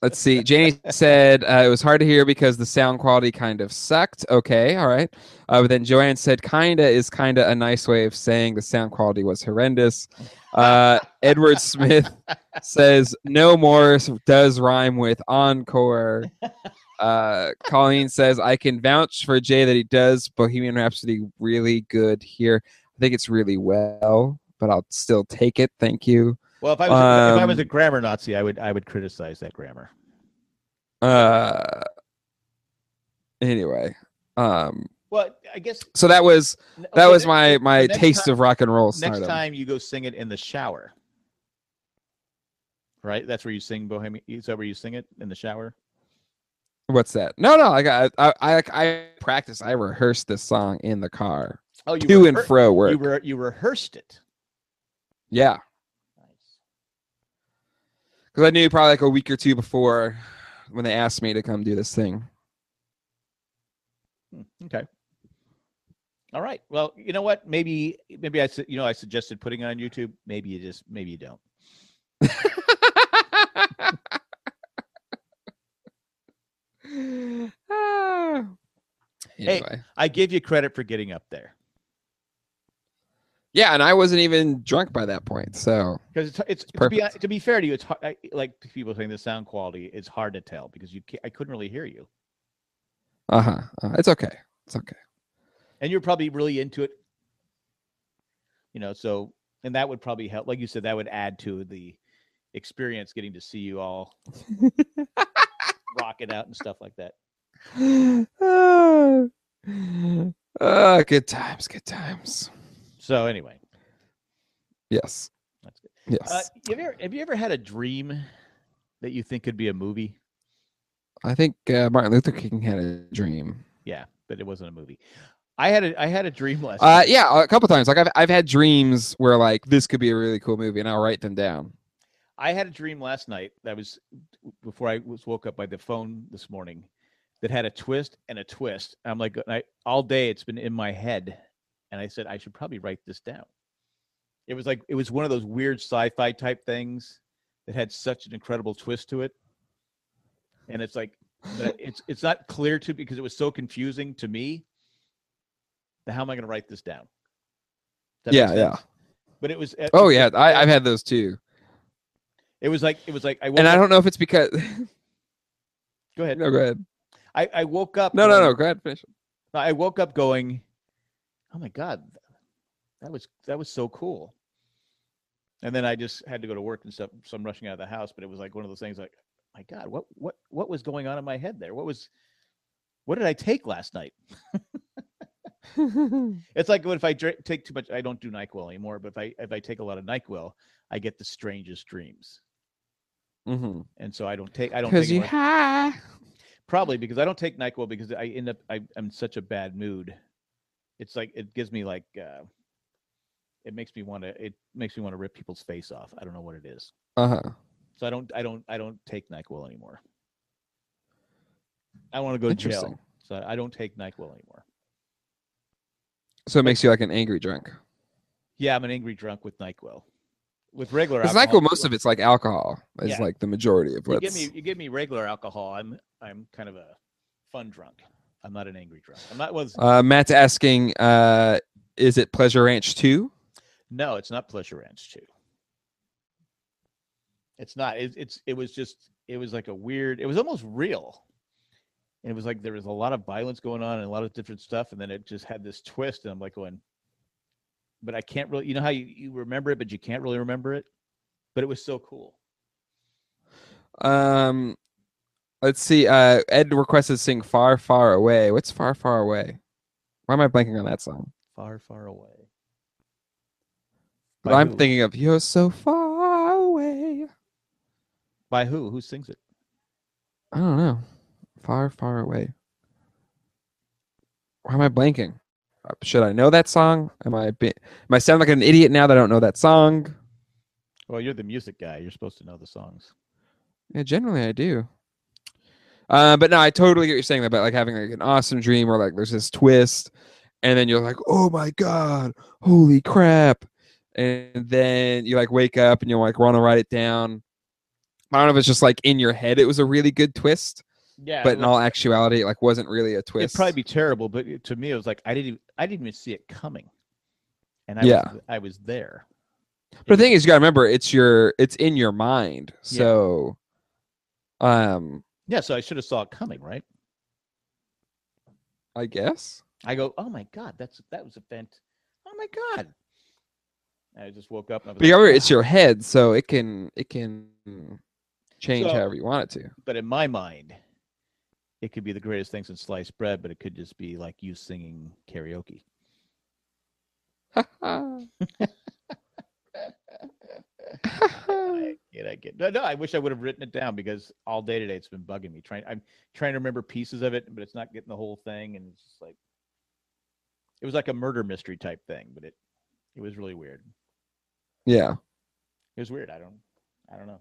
Speaker 1: let's see. Janie said uh, it was hard to hear because the sound quality kind of sucked. Okay, all right. Uh, but then Joanne said, "Kinda" is kinda a nice way of saying the sound quality was horrendous. Uh, Edward Smith says, "No more" s- does rhyme with encore. Uh, Colleen says, "I can vouch for Jay that he does Bohemian Rhapsody really good here. I think it's really well, but I'll still take it. Thank you."
Speaker 2: Well, if I was a, if I was
Speaker 1: Um,
Speaker 2: a grammar Nazi, I would I would criticize that grammar.
Speaker 1: uh anyway um
Speaker 2: Well, I guess
Speaker 1: so that was
Speaker 2: n-
Speaker 1: that
Speaker 2: okay,
Speaker 1: was
Speaker 2: ne-
Speaker 1: my my
Speaker 2: next
Speaker 1: taste
Speaker 2: time-
Speaker 1: of rock and roll
Speaker 2: next
Speaker 1: stardom.
Speaker 2: time you go sing it in the shower. Right, that's where you sing Bohemian. Is that where you sing it in the shower?
Speaker 1: what's that no no like i i i, I practiced i rehearsed this song in the car
Speaker 2: Oh, you
Speaker 1: to
Speaker 2: were
Speaker 1: and fro work
Speaker 2: You were you rehearsed it.
Speaker 1: yeah
Speaker 2: Nice.
Speaker 1: because i knew probably like a week or two before when they asked me to come do this
Speaker 2: *laughs*
Speaker 1: thing *sighs*
Speaker 2: Okay. All right. Well, you know what? Maybe maybe I su- you know I suggested putting it on YouTube. Maybe you just maybe you don't.
Speaker 1: Ah. anyway
Speaker 2: I give you credit for getting up there
Speaker 1: yeah and i wasn't even drunk by that point so
Speaker 2: because it's it's, to, be, uh,
Speaker 1: perfect.
Speaker 2: to be fair to you, it's hard, I, like people saying the sound quality it's hard to tell because you ca I couldn't really hear you,
Speaker 1: uh-huh uh, it's okay it's okay
Speaker 2: and you're probably really into it. You know, so and that would probably help. Like you said, that would add to the experience getting to see
Speaker 1: *laughs*
Speaker 2: you all rock it out and stuff like that.
Speaker 1: Ah, *sighs* Ah, good times, good times.
Speaker 2: So anyway,
Speaker 1: Yes.
Speaker 2: That's good.
Speaker 1: Yes.
Speaker 2: Uh, have, you ever, have you ever had a dream that you think could be a movie?
Speaker 1: I think uh, Martin Luther King had a dream.
Speaker 2: Yeah, but it wasn't a movie. I had a I had a dream last
Speaker 1: Uh,
Speaker 2: night.
Speaker 1: yeah, a couple times. Like I've I've had dreams where like this could be a really cool movie, and I'll write them down.
Speaker 2: I had a dream last night that was before I was woke up by the phone this morning that had a twist and a twist. And I'm like and I, all day it's been in my head and I said I should probably write this down. It was like it was one of those weird sci-fi type things that had such an incredible twist to it. And it's like but it's it's not clear to because it was so confusing to me. that How am I going to write this down? Does that make
Speaker 1: Yeah, yeah.
Speaker 2: sense? But it was.
Speaker 1: Oh yeah, I, I've had those too,
Speaker 2: It was like it was like I woke
Speaker 1: and I
Speaker 2: up,
Speaker 1: don't know if it's
Speaker 2: *laughs*
Speaker 1: because.
Speaker 2: go ahead.
Speaker 1: no, go ahead.
Speaker 2: I, I woke up.
Speaker 1: No, no, no.
Speaker 2: going-
Speaker 1: Go ahead.
Speaker 2: *laughs*
Speaker 1: Finish.
Speaker 2: I woke up going, oh my god, that was that was so cool. And then I just had to go to work and stuff, so I'm rushing out of the house. But it was like one of those things, like, "Oh my God, what what what was going on in my head there? What was, what did I take last night?
Speaker 1: Mm-hmm.
Speaker 2: It's like what if I dra- take too much. I don't do Nyquil anymore, but if I if I take a lot of Nyquil, I get the strangest dreams,
Speaker 1: Mhm.
Speaker 2: and so I don't take I don't take
Speaker 1: Because you
Speaker 2: anymore.
Speaker 1: high.
Speaker 2: probably because I don't take Nyquil because I end up I, I'm in such a bad mood. It's like it gives me like uh, it makes me want to it makes me want to rip people's face off. I don't know what it is.
Speaker 1: Uh huh.
Speaker 2: So I don't I don't I don't take Nyquil anymore. I want to go to
Speaker 1: Interesting.
Speaker 2: jail, so I don't take Nyquil anymore.
Speaker 1: So it makes you like an angry drunk.
Speaker 2: Yeah, I'm an angry drunk with Nyquil. With regular
Speaker 1: Because
Speaker 2: alcohol,
Speaker 1: Nyquil, most of it's like alcohol. Is
Speaker 2: Yeah.
Speaker 1: like the majority of
Speaker 2: you
Speaker 1: what's.
Speaker 2: give me you give me regular alcohol. I'm I'm kind of a fun drunk. I'm not an angry drunk. I'm not was
Speaker 1: Uh, Matt's asking, uh, is it Pleasure Ranch 2?
Speaker 2: No, it's not Pleasure Ranch too. It's not. It, it's it was just it was like a weird. It was almost real. And it was like there was a lot of violence going on and a lot of different stuff, and then it just had this twist, and I'm like going, but I can't really. You know how you, you remember it, but you can't really remember it. But it was so cool.
Speaker 1: Um, let's see. Uh, Ed requested sing Far, Far Away. What's Far, Far Away? Why am I blanking on that song?
Speaker 2: Far, far away.
Speaker 1: But
Speaker 2: By
Speaker 1: I'm
Speaker 2: who?
Speaker 1: thinking of You're So Far Away.
Speaker 2: By who? Who sings it?
Speaker 1: I don't know. Far, far away. Why am I blanking? Uh, Should I know that song? Am I be- am I sound like an idiot now that I don't know that song?
Speaker 2: Well, you're the music guy. You're supposed to know the songs.
Speaker 1: Yeah, generally I do. Uh, but no, I totally get what you're saying about like having like an awesome dream or like there's this twist, and then you're like, oh my god, holy crap, and then you like wake up and you like want to write it down. I don't know if it's just like in your head it was a really good twist,
Speaker 2: Yeah,
Speaker 1: but in all actuality, it like wasn't really a twist.
Speaker 2: it'd probably be terrible. But it- to me, it was like I didn't, even, I didn't even see it coming, and I
Speaker 1: Yeah.
Speaker 2: was, I was there.
Speaker 1: But the thing is, you gotta remember, it's your, it's in your mind.
Speaker 2: Yeah.
Speaker 1: So, um,
Speaker 2: yeah, so I should have saw it coming, right?
Speaker 1: I guess.
Speaker 2: I go, oh my god, that's that was a vent. Oh my god. I just woke up. And I was
Speaker 1: But you gotta remember,
Speaker 2: "Ah."
Speaker 1: it's your head, so it can, it can change
Speaker 2: So-
Speaker 1: however you want it to.
Speaker 2: but in my mind, it could be the greatest things in sliced bread, but it could just be like you singing karaoke.
Speaker 1: *laughs* Mm.
Speaker 2: I, and I get no, no. I wish I would have written it down because all day today it's been bugging me. Trying, I'm trying to remember pieces of it, but it's not getting the whole thing, and it's just like it was like a murder mystery type thing, but it it was really weird.
Speaker 1: yeah,
Speaker 2: It was weird. I don't, I don't know.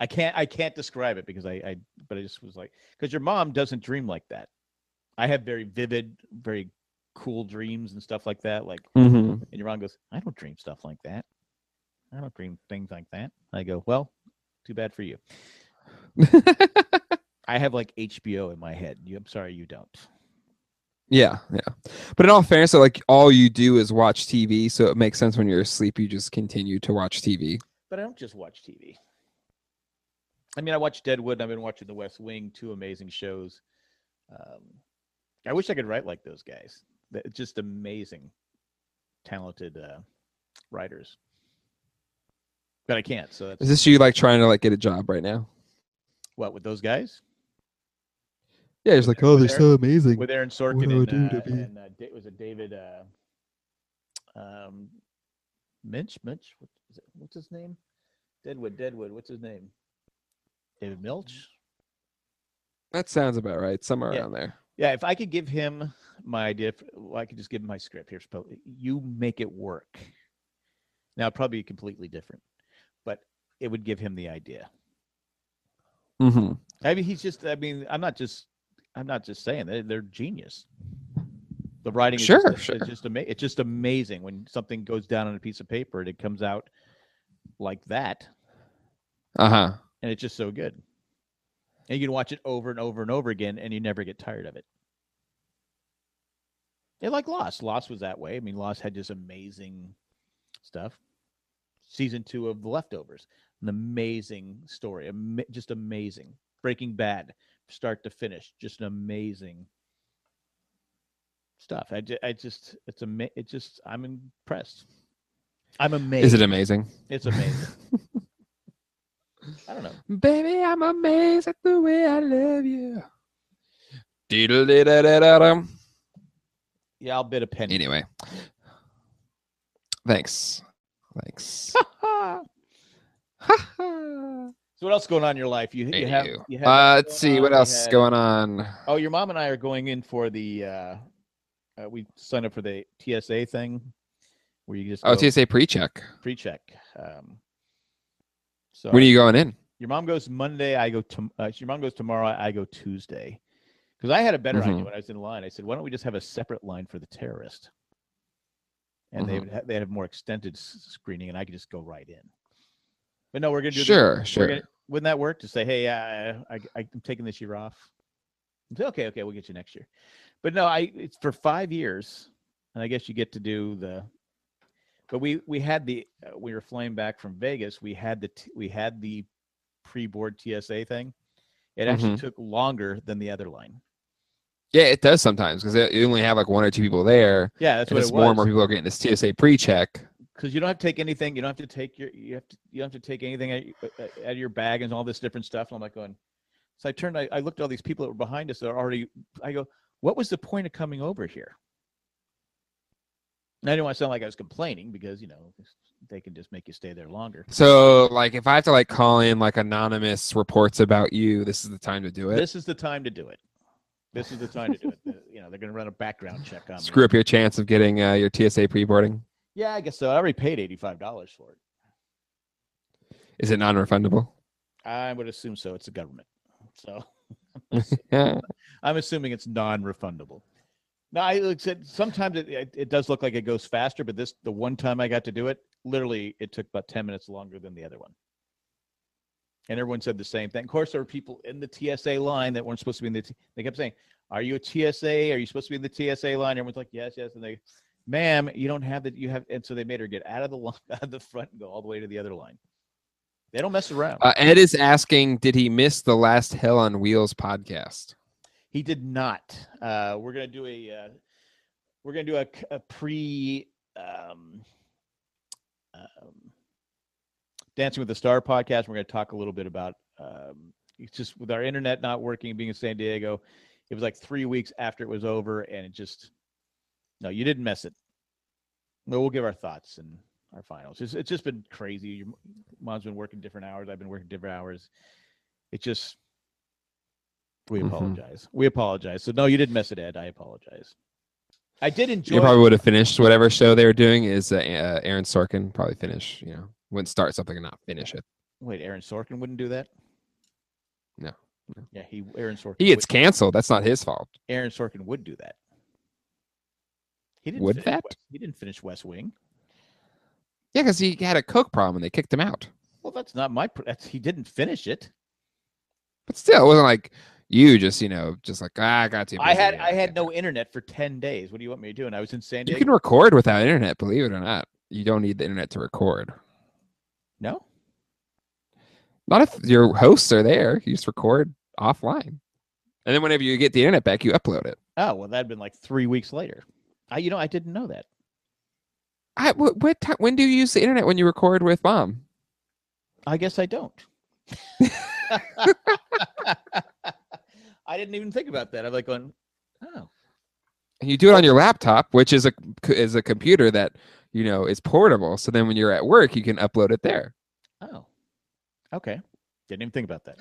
Speaker 2: I can't, I can't describe it because I, I, but I just was like, because your mom doesn't dream like that. I have very vivid, very cool dreams and stuff like that. Like,
Speaker 1: hmm
Speaker 2: and your mom goes, I don't dream stuff like that. I don't dream things like that. I go, well, too bad for you. I have like HBO in my head. You, I'm sorry, you don't.
Speaker 1: yeah, yeah. But in all fairness, so like all you do is watch TV, so it makes sense when you're asleep, you just continue to watch TV.
Speaker 2: But I don't just watch TV. I mean, I watch Deadwood. And I've been watching The West Wing. Two amazing shows. Um, I wish I could write like those guys. They're just amazing, talented uh, writers. But I can't. So that's
Speaker 1: Is this you like trying to like get a job right now?
Speaker 2: what with those guys
Speaker 1: Yeah, it's like, oh, they're so amazing.
Speaker 2: with Aaron Sorkin
Speaker 1: What do I
Speaker 2: and,
Speaker 1: do to
Speaker 2: uh,
Speaker 1: be-
Speaker 2: and uh, Da- was it David uh, um, Minch? Minch? What is it? What's his name? Deadwood. Deadwood. What's his name? David Milch.
Speaker 1: That sounds about right. Somewhere
Speaker 2: Yeah.
Speaker 1: around there.
Speaker 2: Yeah, if I could give him my idea, f- well, I could just give him my script. Here's po- you make it work. Now, probably completely different, but it would give him the idea.
Speaker 1: hmm
Speaker 2: I mean, he's just. I mean, I'm not just. I'm not just saying that they're genius. The writing is
Speaker 1: Sure,
Speaker 2: just,
Speaker 1: sure.
Speaker 2: It's just amazing. It's just amazing when something goes down on a piece of paper and it comes out like that,
Speaker 1: Uh huh.
Speaker 2: and it's just so good. And you can watch it over and over and over again, and you never get tired of it. They like Lost. Lost was that way. I mean, Lost had just amazing stuff. Season two of The Leftovers, an amazing story, ama- just amazing. Breaking Bad, start to finish, just an amazing stuff. I, ju- I just, it's ama- it just, I'm impressed. I'm amazed.
Speaker 1: Is it amazing?
Speaker 2: it's amazing. *laughs* I don't know.
Speaker 1: Baby, I'm amazed at the way I love you. Diddle-diddle-diddle-dum.
Speaker 2: Yeah, I'll bid a penny. *laughs*
Speaker 1: Anyway, thanks. *laughs* Thanks.
Speaker 2: so
Speaker 1: Hate
Speaker 2: what else going on in your life? You, you have,
Speaker 1: you.
Speaker 2: you have
Speaker 1: Uh,
Speaker 2: much
Speaker 1: let's
Speaker 2: going
Speaker 1: see
Speaker 2: on.
Speaker 1: what
Speaker 2: We
Speaker 1: else is
Speaker 2: had-
Speaker 1: going on.
Speaker 2: Oh, your mom and I are going in for the. Uh, uh, we signed up for the TSA thing, where you just
Speaker 1: Oh,
Speaker 2: go
Speaker 1: TSA pre-check.
Speaker 2: pre-check. Um, so
Speaker 1: When are you going in?
Speaker 2: your mom goes Monday. I go. To, uh, your mom goes tomorrow. I go Tuesday. Because I had a better idea
Speaker 1: Mhm.
Speaker 2: when I was in line. I said, "Why don't we just have a separate line for the terrorist?" And they
Speaker 1: Mhm.
Speaker 2: would ha- they have more extended s- screening, and I could just go right in. But no, we're gonna do the-
Speaker 1: Sure,
Speaker 2: We're
Speaker 1: sure.
Speaker 2: gonna- wouldn't that work to say, hey, uh, I, I, I'm taking this year off? I'd say, okay, okay, we'll get you next year. But no, I it's for five years, and I guess you get to do the. But we we had the uh, we were flying back from Vegas. We had the t- we had the pre-board TSA thing. It actually
Speaker 1: Mm-hmm.
Speaker 2: took longer than the other line.
Speaker 1: Yeah, it does sometimes because you only have like one or two people there,
Speaker 2: Yeah, that's
Speaker 1: and
Speaker 2: what
Speaker 1: it's
Speaker 2: it
Speaker 1: more and more
Speaker 2: was.
Speaker 1: people are getting this TSA pre-check.
Speaker 2: Because you don't have to take anything. You don't have to take your you have to you don't have to take anything out, uh, out of your bag and all this different stuff. And I'm like going. So I turned. I, I looked at all these people that were behind us. They're already. I go. what was the point of coming over here? And I didn't want to sound like I was complaining because, you know, they can just make you stay there longer.
Speaker 1: So, like, if I have to like call in like anonymous reports about you, this is the time to do it.
Speaker 2: This is the time to do it. This is the time to do it. The- You know, they're going to run a background check on me.
Speaker 1: Screw up your chance of getting uh, your TSA pre-boarding.
Speaker 2: Yeah, I guess so. I already paid $85 for it.
Speaker 1: Is it non-refundable?
Speaker 2: I would assume so. It's the government. So
Speaker 1: Yeah.
Speaker 2: I'm assuming it's non-refundable. Now, I like I said sometimes it, it, it does look like it goes faster, but this the one time I got to do it, literally it took about ten minutes longer than the other one. And everyone said the same thing. Of course, there were people in the TSA line that weren't supposed to be in the. T- they kept saying, "Are you a TSA? Are you supposed to be in the TSA line?" Everyone's like, "Yes, yes," and they, "Ma'am, you don't have that. You have." And so they made her get out of the line, *laughs* out of the front, and go all the way to the other line. They don't mess around.
Speaker 1: Uh, Ed is asking, did he miss the last Hell on Wheels podcast?
Speaker 2: He did not. Uh, we're gonna do a uh, we're gonna do a, c- a pre um, um, Dancing with the Star podcast. We're gonna talk a little bit about um, it's just with our internet not working, being in San Diego. It was like three weeks after it was over, and it just no, you didn't miss it. No, we'll give our thoughts and our finals. It's, it's just been crazy. Your m- mom's been working different hours. I've been working different hours. It just we
Speaker 1: Mhm.
Speaker 2: apologize. We apologize. So no, you didn't miss it, Ed. I apologize. I did enjoy.
Speaker 1: You probably would have finished whatever show they were doing. Is uh, uh, Aaron Sorkin probably finish? You know, wouldn't start something and not finish it.
Speaker 2: Wait, Aaron Sorkin wouldn't do that.
Speaker 1: No, no.
Speaker 2: Yeah, he Aaron Sorkin.
Speaker 1: He
Speaker 2: would-
Speaker 1: gets canceled. That's not his fault.
Speaker 2: Aaron Sorkin would do that. He didn't
Speaker 1: Would
Speaker 2: finish
Speaker 1: that?
Speaker 2: West- he didn't finish West Wing.
Speaker 1: Yeah, because he had a coke problem and they kicked him out.
Speaker 2: Well, that's not my. pr- That's, he didn't finish it.
Speaker 1: But still, it wasn't like you just you know just like ah, I got to.
Speaker 2: I had I had no internet for ten days. What do you want me to do? And I was in San
Speaker 1: You
Speaker 2: Diego.
Speaker 1: can record without internet, believe it or not. You don't need the internet to record.
Speaker 2: no,
Speaker 1: Not if your hosts are there. You just record offline, and then whenever you get the internet back, you upload it.
Speaker 2: oh well, that'd been like three weeks later. I, you know, I didn't know that.
Speaker 1: I what, what time, when do you use the internet when you record with mom?
Speaker 2: I guess I don't. *laughs*
Speaker 1: *laughs*
Speaker 2: I didn't even think about that. I'm like going, oh,
Speaker 1: And you do it on your laptop, which is a is a computer that you know is portable. So then when you're at work, you can upload it there.
Speaker 2: oh, okay. Didn't even think about that.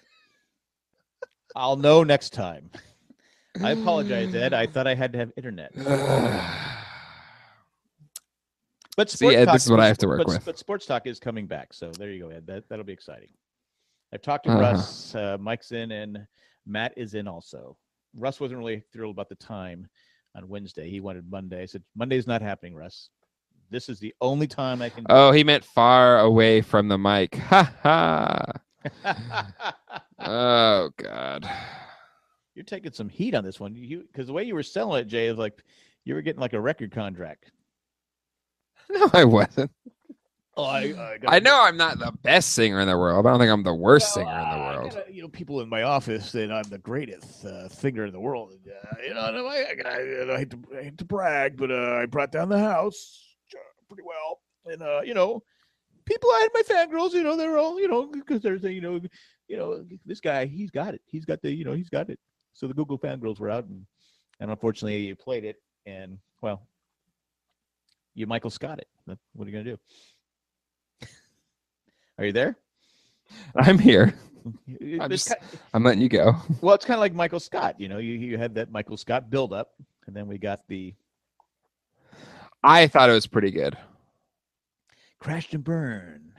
Speaker 2: I'll know next time. I apologize, Ed. I thought I had to have internet. But
Speaker 1: See, Ed, this is what I have to work
Speaker 2: but,
Speaker 1: with.
Speaker 2: But sports talk is coming back, so there you go, Ed. That that'll be exciting. I've talked to
Speaker 1: Uh-huh.
Speaker 2: Russ. Uh, Mike's in, and Matt is in also. Russ wasn't really thrilled about the time on Wednesday. He wanted Monday. I said Monday's not happening, Russ. This is the only time I can. do
Speaker 1: *sighs* oh, he meant far away from the mic. Ha ha.
Speaker 2: *laughs*
Speaker 1: Oh God. *laughs*
Speaker 2: You're taking some heat on this one, you because the way you were selling it, Jay, is like you were getting like a record contract.
Speaker 1: No, I wasn't.
Speaker 2: Oh, I, I,
Speaker 1: I know I'm not the best singer in the world. I don't think I'm the worst
Speaker 2: Well,
Speaker 1: singer in the
Speaker 2: I
Speaker 1: world.
Speaker 2: gotta- you know, people in my office that I'm the greatest uh, singer in the world. and, Uh, you know, and I, I, I, hate to, I hate to brag, but uh, I brought down the house uh, pretty well. And uh, you know, people I had my fangirls. You know, they're all you know because there's a you know, you know, this guy he's got it. He's got the you know he's got it. So the Google fangirls were out, and, and unfortunately you played it, and well, you Michael Scott it. That- What are you gonna do? *laughs* Are you there?
Speaker 1: I'm here.
Speaker 2: It's
Speaker 1: just-
Speaker 2: ki-
Speaker 1: I'm letting you go. *laughs*
Speaker 2: well, it's kind of like Michael Scott. You know, you, you had that Michael Scott buildup, and then we got the
Speaker 1: I thought it was pretty good.
Speaker 2: crash and burn.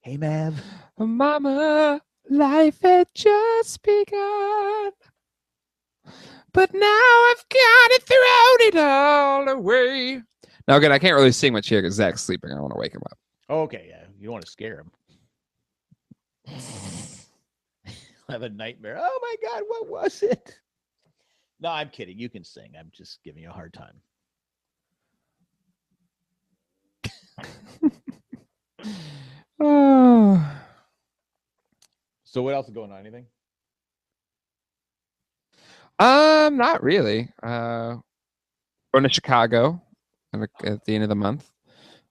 Speaker 2: Hey, Mav.
Speaker 1: Mama, life had just begun. But now I've got it thrown it all away. Now again, I can't really sing much here because Zach's sleeping. I don't want to wake him *sighs* up.
Speaker 2: Oh, okay, yeah. You don't want to scare him. *laughs* I have a nightmare. Oh my God, what was it? No, I'm kidding. You can sing. I'm just giving you a hard time.
Speaker 1: Oh.
Speaker 2: So, what else is going on? Anything?
Speaker 1: Um, not really. Uh, going to Chicago at the- at the end of the month.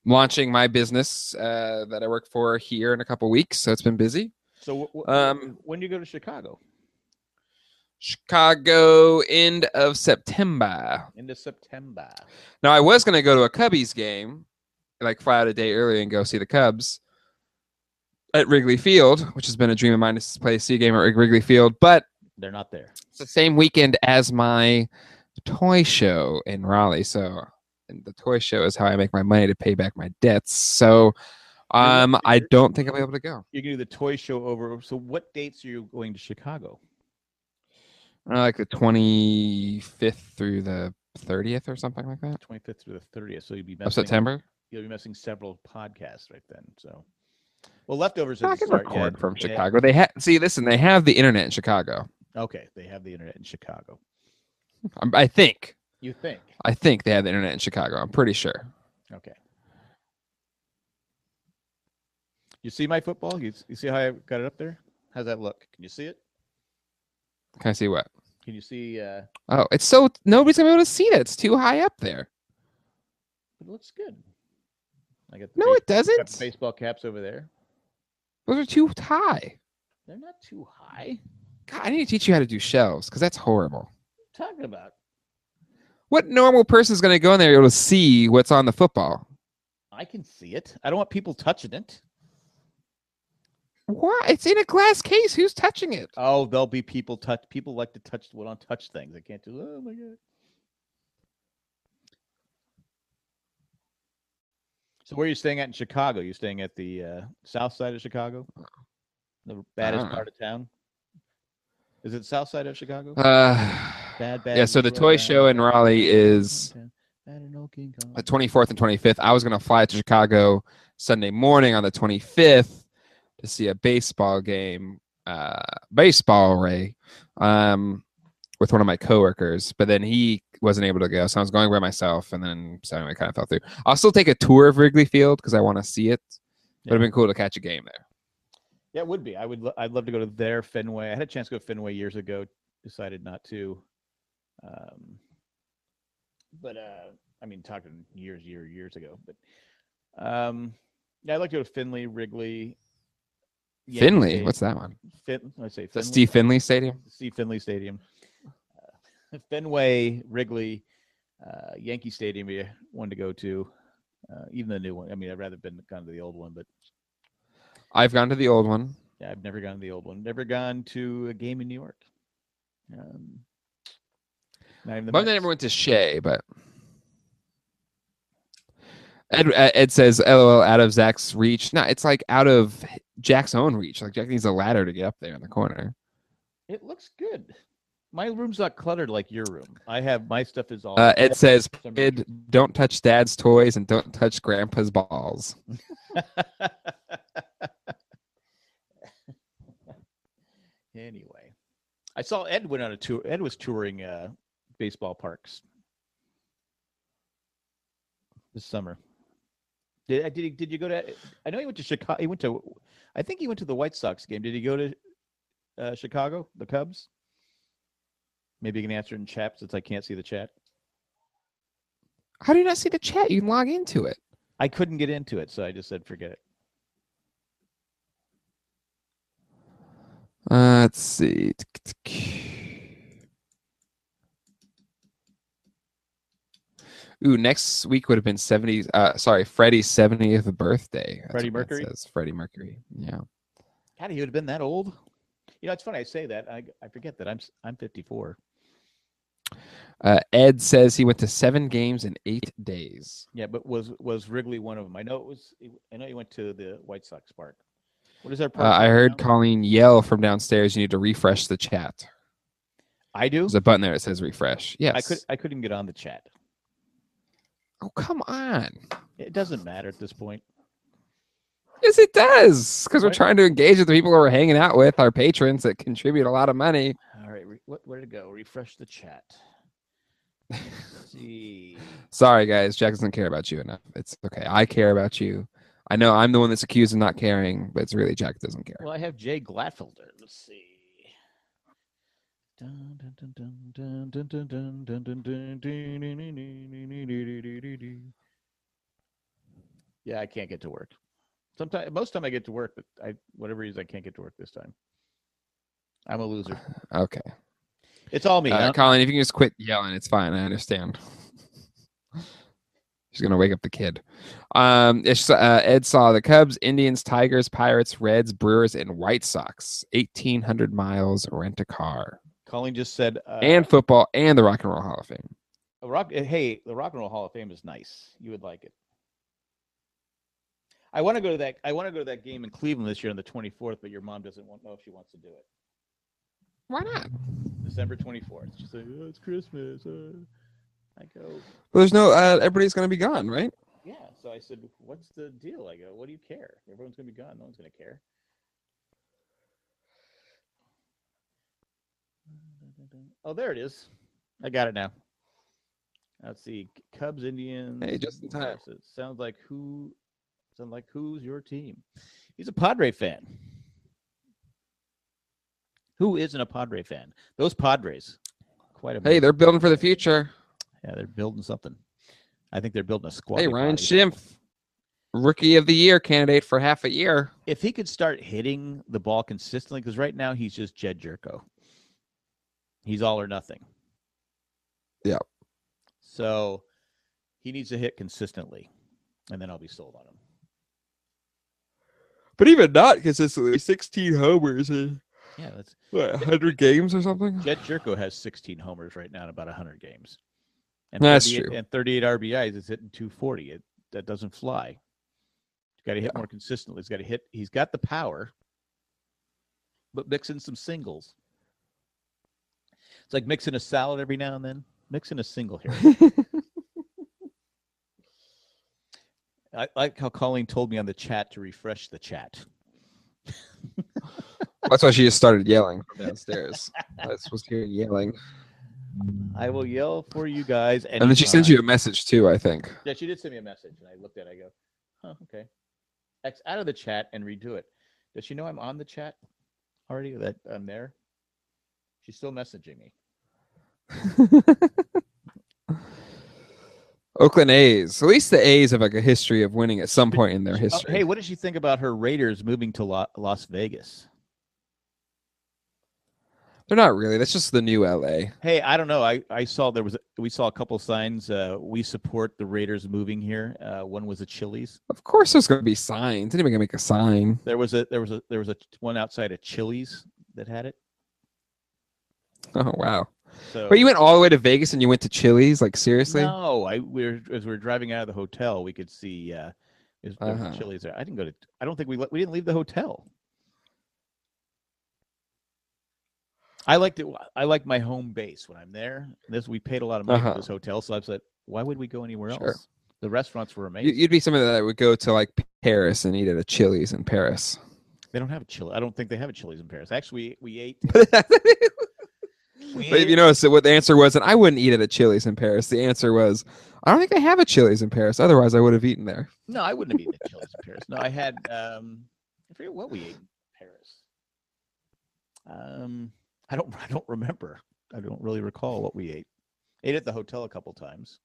Speaker 1: I'm launching my business uh, that I work for here in a couple weeks, so it's been busy.
Speaker 2: So, wh- wh-
Speaker 1: Um,
Speaker 2: when do you go to Chicago?
Speaker 1: Chicago end of September.
Speaker 2: Into September.
Speaker 1: Now I was gonna go to a Cubbies game, like fly out a day early and go see the Cubs at Wrigley Field, which has been a dream of mine to play a sea game at Wrigley Field, but
Speaker 2: They're not there.
Speaker 1: it's the same weekend as my toy show in Raleigh. So and the toy show is how I make my money to pay back my debts. So um I don't think I'll be able to go.
Speaker 2: You're gonna do the toy show over. So what dates are you going to Chicago?
Speaker 1: Uh, like the twenty fifth through the thirtieth or something like that.
Speaker 2: 25th through the 30th. So you'd be messing,
Speaker 1: Of September.
Speaker 2: You'll be missing several podcasts right then. So, well, leftovers.
Speaker 1: I
Speaker 2: Have
Speaker 1: can
Speaker 2: start
Speaker 1: record
Speaker 2: yet.
Speaker 1: from
Speaker 2: Yeah.
Speaker 1: Chicago. They have see, listen, they have the internet in Chicago.
Speaker 2: Okay, they have the internet in Chicago.
Speaker 1: I'm- I think.
Speaker 2: You think?
Speaker 1: I think they have the internet in Chicago. I'm pretty sure.
Speaker 2: Okay. You see my football? You, you see how I got it up there? How's that look? Can you see it?
Speaker 1: Can I see what?
Speaker 2: Can you see? Uh,
Speaker 1: Oh, it's so nobody's gonna be able to see that. It's too high up there.
Speaker 2: it looks good. I got the
Speaker 1: No, it
Speaker 2: base- got the
Speaker 1: doesn't.
Speaker 2: baseball caps over there.
Speaker 1: Those are too high.
Speaker 2: They're not too high.
Speaker 1: God, I need to teach you how to do shelves because that's horrible.
Speaker 2: What are you talking about.
Speaker 1: What normal person is gonna go in there and be able to see what's on the football?
Speaker 2: I can see it. I don't want people touching it.
Speaker 1: Why? It's in a glass case. Who's touching it?
Speaker 2: Oh, there'll be people touch. People like to touch the don't touch things. They can't do. Oh my god. So where are you staying at in Chicago? You staying at the uh, south side of Chicago, the baddest
Speaker 1: don't know.
Speaker 2: part of town. Is it south side of Chicago?
Speaker 1: Uh,
Speaker 2: bad, bad.
Speaker 1: yeah. So the toy
Speaker 2: Detroit, bad
Speaker 1: show in
Speaker 2: Detroit,
Speaker 1: Raleigh
Speaker 2: bad
Speaker 1: is.
Speaker 2: Detroit, bad in Old King Kong.
Speaker 1: the 24th and 25th. I was going to fly to Chicago Sunday morning on the 25th to see a baseball game, uh, baseball Ray, um, with one of my coworkers, but then he wasn't able to go, so I was going by myself, and then so anyway, kind of fell through. I'll still take a tour of Wrigley Field because I want to see it. But it'd been cool to catch a game there.
Speaker 2: Yeah, it would be. I would. Lo- I'd love to go to their Fenway. I had a chance to go to Fenway years ago. Decided not to. Um, but uh, I mean, talking years, year, years ago. But um, yeah, I'd like to go to Finley, Wrigley. Yankee
Speaker 1: Finley,
Speaker 2: Stadium-
Speaker 1: what's that one?
Speaker 2: Fin- I say
Speaker 1: Is that
Speaker 2: Finley.
Speaker 1: Steve Finley Stadium?
Speaker 2: Steve Finley Stadium. Uh, Fenway, Wrigley, uh, Yankee Stadium. Yeah, one to go to. Uh, even the new one. I mean, I'd rather been gone to the old one, but
Speaker 1: I've gone to the old one.
Speaker 2: Yeah, I've never gone to the old one. Never gone to a game in New York. Um, not even the
Speaker 1: But I
Speaker 2: Mets.
Speaker 1: never went to Shea, but Ed, Ed says, "LOL, out of Zach's reach." No, it's like out of Jack's own reach. Like Jack needs a ladder to get up there in the corner.
Speaker 2: It looks good. My room's not cluttered like your room. I have my stuff is all.
Speaker 1: Uh, Ed says,
Speaker 2: September.
Speaker 1: "Ed, don't touch Dad's toys and don't touch Grandpa's balls."
Speaker 2: *laughs* anyway, I saw Ed went on a tour. Ed was touring uh, baseball parks this summer. Did, uh, did he, did you go to? I know he went to Chicago. He went to. I think he went to the White Sox game. Did he go to uh, Chicago? The Cubs. Maybe you can answer in chat since I can't see the chat.
Speaker 1: How do you not see the chat? You can log into it.
Speaker 2: I couldn't get into it, so I just said forget it.
Speaker 1: Uh, let's see. Ooh, next week would have been 70. Uh, sorry, Freddie's 70th birthday. That's
Speaker 2: Freddie
Speaker 1: what that
Speaker 2: Mercury?
Speaker 1: Says. Freddie Mercury. Yeah.
Speaker 2: God, he would have been that old. You know, it's funny I say that. I, I forget that I'm s- I'm 54.
Speaker 1: Uh, Ed says he went to seven games in eight days.
Speaker 2: Yeah, but was was Wrigley one of them? I know it was. I know you went to the White Sox park. What is our
Speaker 1: Uh,
Speaker 2: park?
Speaker 1: I
Speaker 2: called
Speaker 1: heard
Speaker 2: now?
Speaker 1: Colleen yell from downstairs, you need to refresh the chat.
Speaker 2: I do.
Speaker 1: There's a button there that says refresh. Yes.
Speaker 2: I could. I couldn't even get on the chat.
Speaker 1: Oh, come on.
Speaker 2: It doesn't matter at this point.
Speaker 1: Yes, it does. Because we're
Speaker 2: Right.
Speaker 1: trying to engage with the people we're hanging out with, our patrons that contribute a lot of money.
Speaker 2: All right. Re- what, where to go? Refresh
Speaker 1: *laughs*
Speaker 2: the chat. Let's see.
Speaker 1: Sorry, guys. Jack doesn't care about you enough. It's okay. I care about you. I know I'm the one that's accused of not caring, but it's really Jack that doesn't care.
Speaker 2: Well, I have Jay Glatfelder. Let's see. Dun, dun, dun, dun, dun, dun, dun, dun, dun, dun, dun, dun, dun, dun, dun, dun, dun, dun, dun, dun. Yeah, I can't get to work. Sometimes, most time I get to work, but I whatever reason I can't get to work this time. I'm a loser.
Speaker 1: Okay.
Speaker 2: It's all me.
Speaker 1: Uh,
Speaker 2: huh?
Speaker 1: Colin, if you can just quit yelling, it's fine. I understand. *laughs* She's gonna wake up the kid. Um, it's, uh, Ed saw the Cubs, Indians, Tigers, Pirates, Reds, Brewers, and White Sox. Eighteen hundred miles, rent a car,
Speaker 2: Colleen just said, uh,
Speaker 1: and football, and the Rock and Roll Hall of Fame.
Speaker 2: a rock, uh, "Hey, the Rock and Roll Hall of Fame is nice. You would like it." I want to go to that. I want to go to that game in Cleveland this year on the 24th, but your mom doesn't want, know if she wants to do it.
Speaker 1: Why not?
Speaker 2: December 24th. She's like, "Oh, it's Christmas." uh." I go,
Speaker 1: Well, there's no. Uh, everybody's gonna be gone, right?
Speaker 2: "Yeah." So I said, "What's the deal?" I go, "What do you care? Everyone's gonna be gone. No one's gonna care." Oh, there it is. I got it now. Let's see, Cubs, Indians.
Speaker 1: just in time.
Speaker 2: Pirates. It sounds like who? Sounds like who's your team? He's a Padre fan. Who isn't a Padre fan? Those Padres. Quite a
Speaker 1: Hey, they're building for the future.
Speaker 2: yeah, they're building something. I think they're building a squad.
Speaker 1: Hey, Ryan
Speaker 2: probably.
Speaker 1: Schimpf, rookie of the year candidate for half a year.
Speaker 2: If he could start hitting the ball consistently, because right now he's just Jed Jerko. He's all or nothing.
Speaker 1: Yeah.
Speaker 2: So he needs to hit consistently, and then I'll be sold on him.
Speaker 1: But even not consistently, 16 homers in
Speaker 2: Yeah, that's
Speaker 1: what, 100 games or something.
Speaker 2: *sighs* Jed Jerko has 16 homers right now in about 100 games. And
Speaker 1: That's
Speaker 2: 38
Speaker 1: true.
Speaker 2: And 38 RBIs is hitting 240. It, that doesn't fly. He's got to hit more consistently. He's got to hit. He's got the power, but mix in some singles. It's like mixing a salad every now and then. Mixing a single here.
Speaker 1: *laughs*
Speaker 2: I like how Colleen told me on the chat to refresh the chat.
Speaker 1: That's why she just started yelling from downstairs. I was supposed to hear yelling.
Speaker 2: I will yell for you guys.
Speaker 1: And then she sent
Speaker 2: anytime.
Speaker 1: you a message too, I think.
Speaker 2: Yeah, she did send me a message, and I looked at it. I go, oh, okay. X out of the chat and redo it. Does she know I'm on the chat already? That I'm there? She's still messaging me.
Speaker 1: Oakland A's. At least the A's have like a history of winning at some point in their
Speaker 2: Oh,
Speaker 1: history.
Speaker 2: hey, what did she think about her Raiders moving to La- Las Vegas?
Speaker 1: They're not really. That's just the new LA.
Speaker 2: Hey, I don't know. I, I saw there was we saw a couple signs. Uh, we support the Raiders moving here. Uh, one was a Chili's.
Speaker 1: Of course, there's going to be signs. Anybody going to make a sign?
Speaker 2: There was a there was a there was a one outside a Chili's that had it.
Speaker 1: Oh, wow.
Speaker 2: So
Speaker 1: But you went all the way to Vegas and you went to Chili's? Like, seriously?
Speaker 2: No, I we were as we were driving out of the hotel, we could see uh is
Speaker 1: Uh-huh.
Speaker 2: Chili's there. I didn't go to I don't think we le- we didn't leave the hotel. I liked it I like my home base when I'm there. This we paid a lot of money
Speaker 1: Uh-huh.
Speaker 2: for this hotel, so I said, why would we go anywhere
Speaker 1: Sure.
Speaker 2: else? The restaurants were
Speaker 1: You-
Speaker 2: amazing.
Speaker 1: You'd be somebody that would go to like Paris and eat at a Chili's in Paris. *laughs*
Speaker 2: they don't have a chili. I don't think they have a Chili's in Paris. Actually, we,
Speaker 1: *laughs*
Speaker 2: we ate
Speaker 1: but
Speaker 2: we
Speaker 1: if you
Speaker 2: ate-
Speaker 1: notice that what the answer was, and I wouldn't eat at a Chili's in Paris. The answer was, I don't think they have a Chili's in Paris. Otherwise, I would have eaten there.
Speaker 2: No, I wouldn't have eaten at Chili's in Paris. No, I had um I forget what we ate in Paris. Um I don't *laughs* I don't remember. I don't really recall what we ate. Ate at the hotel a couple times.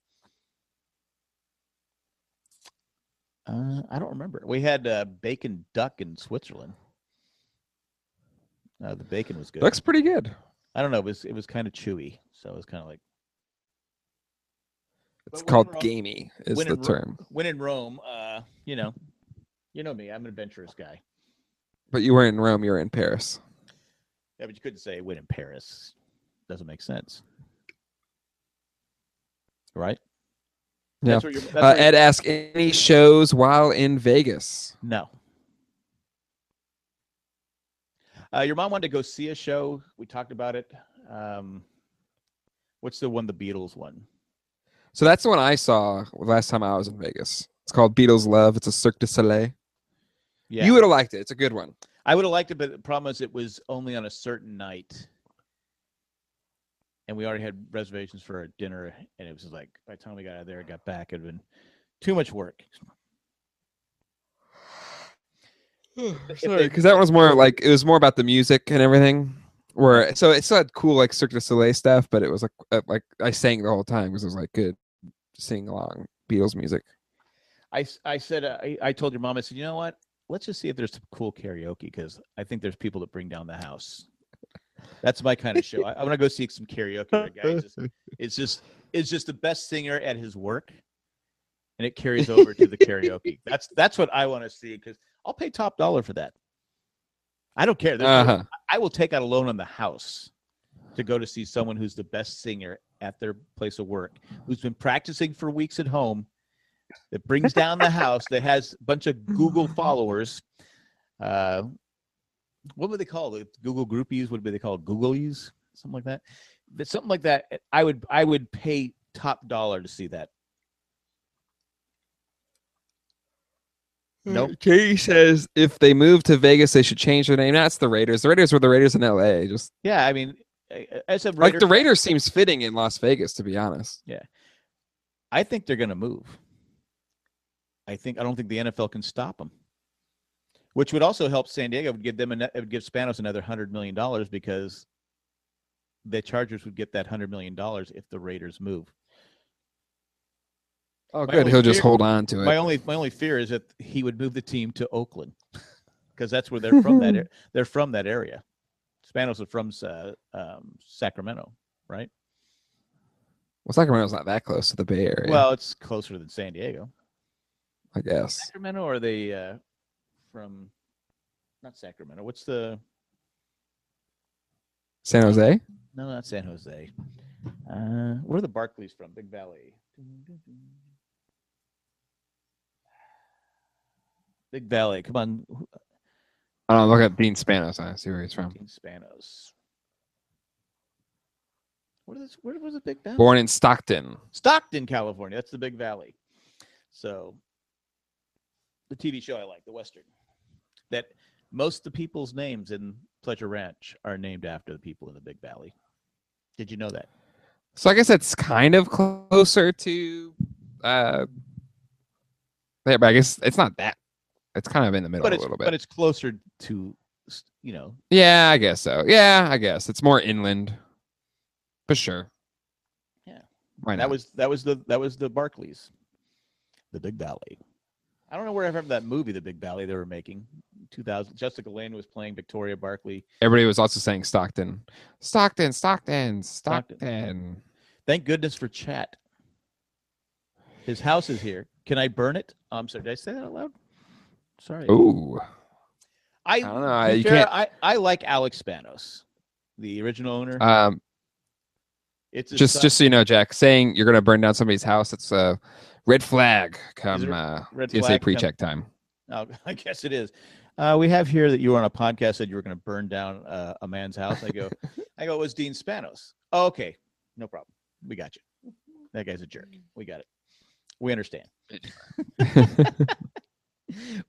Speaker 2: Uh, I don't remember. We had uh, bacon duck in Switzerland. Uh, the bacon was good.
Speaker 1: Looks pretty good.
Speaker 2: I don't know. It was it was kind of chewy, so it was kind of like
Speaker 1: It's
Speaker 2: when
Speaker 1: called
Speaker 2: we're all-
Speaker 1: gamey, is
Speaker 2: when
Speaker 1: the
Speaker 2: in Ro-
Speaker 1: term.
Speaker 2: when in Rome. Uh, you know, you know me. I'm an adventurous guy.
Speaker 1: But you weren't in Rome; you were in Paris.
Speaker 2: Yeah, but you couldn't say it went in Paris. Doesn't make sense. Right?
Speaker 1: Yeah.
Speaker 2: That's where you're, that's
Speaker 1: Uh,
Speaker 2: where you're-
Speaker 1: Ed asked, "Any shows while in Vegas?"
Speaker 2: no. Uh, your mom wanted to go see a show. We talked about it. Um, what's the one, the Beatles one?
Speaker 1: So that's the one I saw last time I was in Vegas. It's called Beatles Love. It's a Cirque du Soleil.
Speaker 2: Yeah.
Speaker 1: You would have liked it. It's a good one.
Speaker 2: I would have liked it, but the problem is it was only on a certain night. And we already had reservations for our dinner. And it was just like, by the time we got out of there, got back, it had been too much work. If
Speaker 1: Hmm, Sorry,
Speaker 2: they-
Speaker 1: because that was more like it was more about the music and everything. Where so it still had cool like Cirque du Soleil stuff, but it was like uh, like I sang the whole time because it was like good sing along Beatles music.
Speaker 2: I, s- I said, uh, I, I told your mom, I said, you know what? Let's just see if there's some cool karaoke because I think there's people that bring down the house. That's my kind of show. I, I want to go see some karaoke. where a guy
Speaker 1: *laughs*
Speaker 2: is *laughs* just- It's just it's just the best singer at his work, and it carries over to the karaoke. That's that's what I want to see because I'll pay top dollar for that. I don't care. There's no-
Speaker 1: Uh-huh.
Speaker 2: I will take out a loan on the house to go to see someone who's the best singer at their place of work, who's been practicing for weeks at home, that brings down the house, that has a bunch of Google followers. Uh, what would they call it? Google groupies? What would they called? Googlies? Something like that. But something like that. I would I would pay top dollar to see that. Nope.
Speaker 1: Katie says if they move to Vegas, they should change their name. That's the Raiders. The Raiders were the Raiders in L.A. Just
Speaker 2: Yeah, I mean, I- I- as a
Speaker 1: like the
Speaker 2: Raider-
Speaker 1: Raiders seems fitting in Las Vegas, to be honest.
Speaker 2: I think they're going to move. I think I don't think the NFL can stop them. Which would also help San Diego. It Would give them an, it would give Spanos another hundred million dollars because the Chargers would get that hundred million dollars if the Raiders move.
Speaker 1: Oh,
Speaker 2: My
Speaker 1: good.
Speaker 2: only
Speaker 1: He'll just
Speaker 2: fear-
Speaker 1: hold on to it.
Speaker 2: My only my only fear is that he would move the team to Oakland because that's where they're from. That ar- they're from that area. Spanos is from uh, um, Sacramento, right?
Speaker 1: well, Sacramento's not that close to the Bay Area.
Speaker 2: Well, it's closer than San Diego.
Speaker 1: I guess.
Speaker 2: Sacramento or they uh, from not Sacramento. What's the
Speaker 1: San Jose.
Speaker 2: no, not San Jose. Uh, where are the Barclays from? Big Valley. Big Valley. Come on, who-
Speaker 1: I don't know, look at Dean Spanos. I see where he's from.
Speaker 2: fucking Spanos. Where is where was the Big Valley?
Speaker 1: Born in Stockton.
Speaker 2: Stockton, California. That's the Big Valley. So the TV show I like, The Western, that most of the people's names in Pleasure Ranch are named after the people in the Big Valley. Did you know that?
Speaker 1: So I guess that's kind of closer to uh there, but I guess it's not that. It's kind of in the middle
Speaker 2: But
Speaker 1: a
Speaker 2: it's
Speaker 1: little
Speaker 2: but
Speaker 1: bit.
Speaker 2: it's closer to s- you know
Speaker 1: Yeah, I guess so. Yeah, I guess it's more inland. For sure.
Speaker 2: Yeah.
Speaker 1: Why
Speaker 2: that
Speaker 1: not?
Speaker 2: was that was the that was the Barclays, the Big Valley. I don't know where I remember that movie, The Big Valley, they were making. 2000. Jessica Lange was playing Victoria Barclay.
Speaker 1: Everybody was also saying Stockton, Stockton, Stockton,
Speaker 2: Stockton.
Speaker 1: Stockton.
Speaker 2: Thank goodness for chat. His house is here. Can I burn it? Oh, I'm sorry. Did I say that out loud? Sorry.
Speaker 1: Ooh,
Speaker 2: I,
Speaker 1: don't know,
Speaker 2: to be
Speaker 1: you
Speaker 2: fair,
Speaker 1: can't-
Speaker 2: I, I like Alex Spanos, the original owner.
Speaker 1: um,
Speaker 2: it's his
Speaker 1: just
Speaker 2: son-
Speaker 1: just so you know, Jack, saying you're gonna burn down somebody's house, it's a red flag. Come
Speaker 2: a
Speaker 1: uh,
Speaker 2: red
Speaker 1: TSA
Speaker 2: flag,
Speaker 1: pre-check time.
Speaker 2: Oh, *laughs* I guess it is. Uh, we have here that you were on a podcast said you were going to burn down uh, a man's house. I go, I go. It was Dean Spanos. Oh, okay, no problem. We got you. That guy's a jerk. We got it. We understand. *laughs*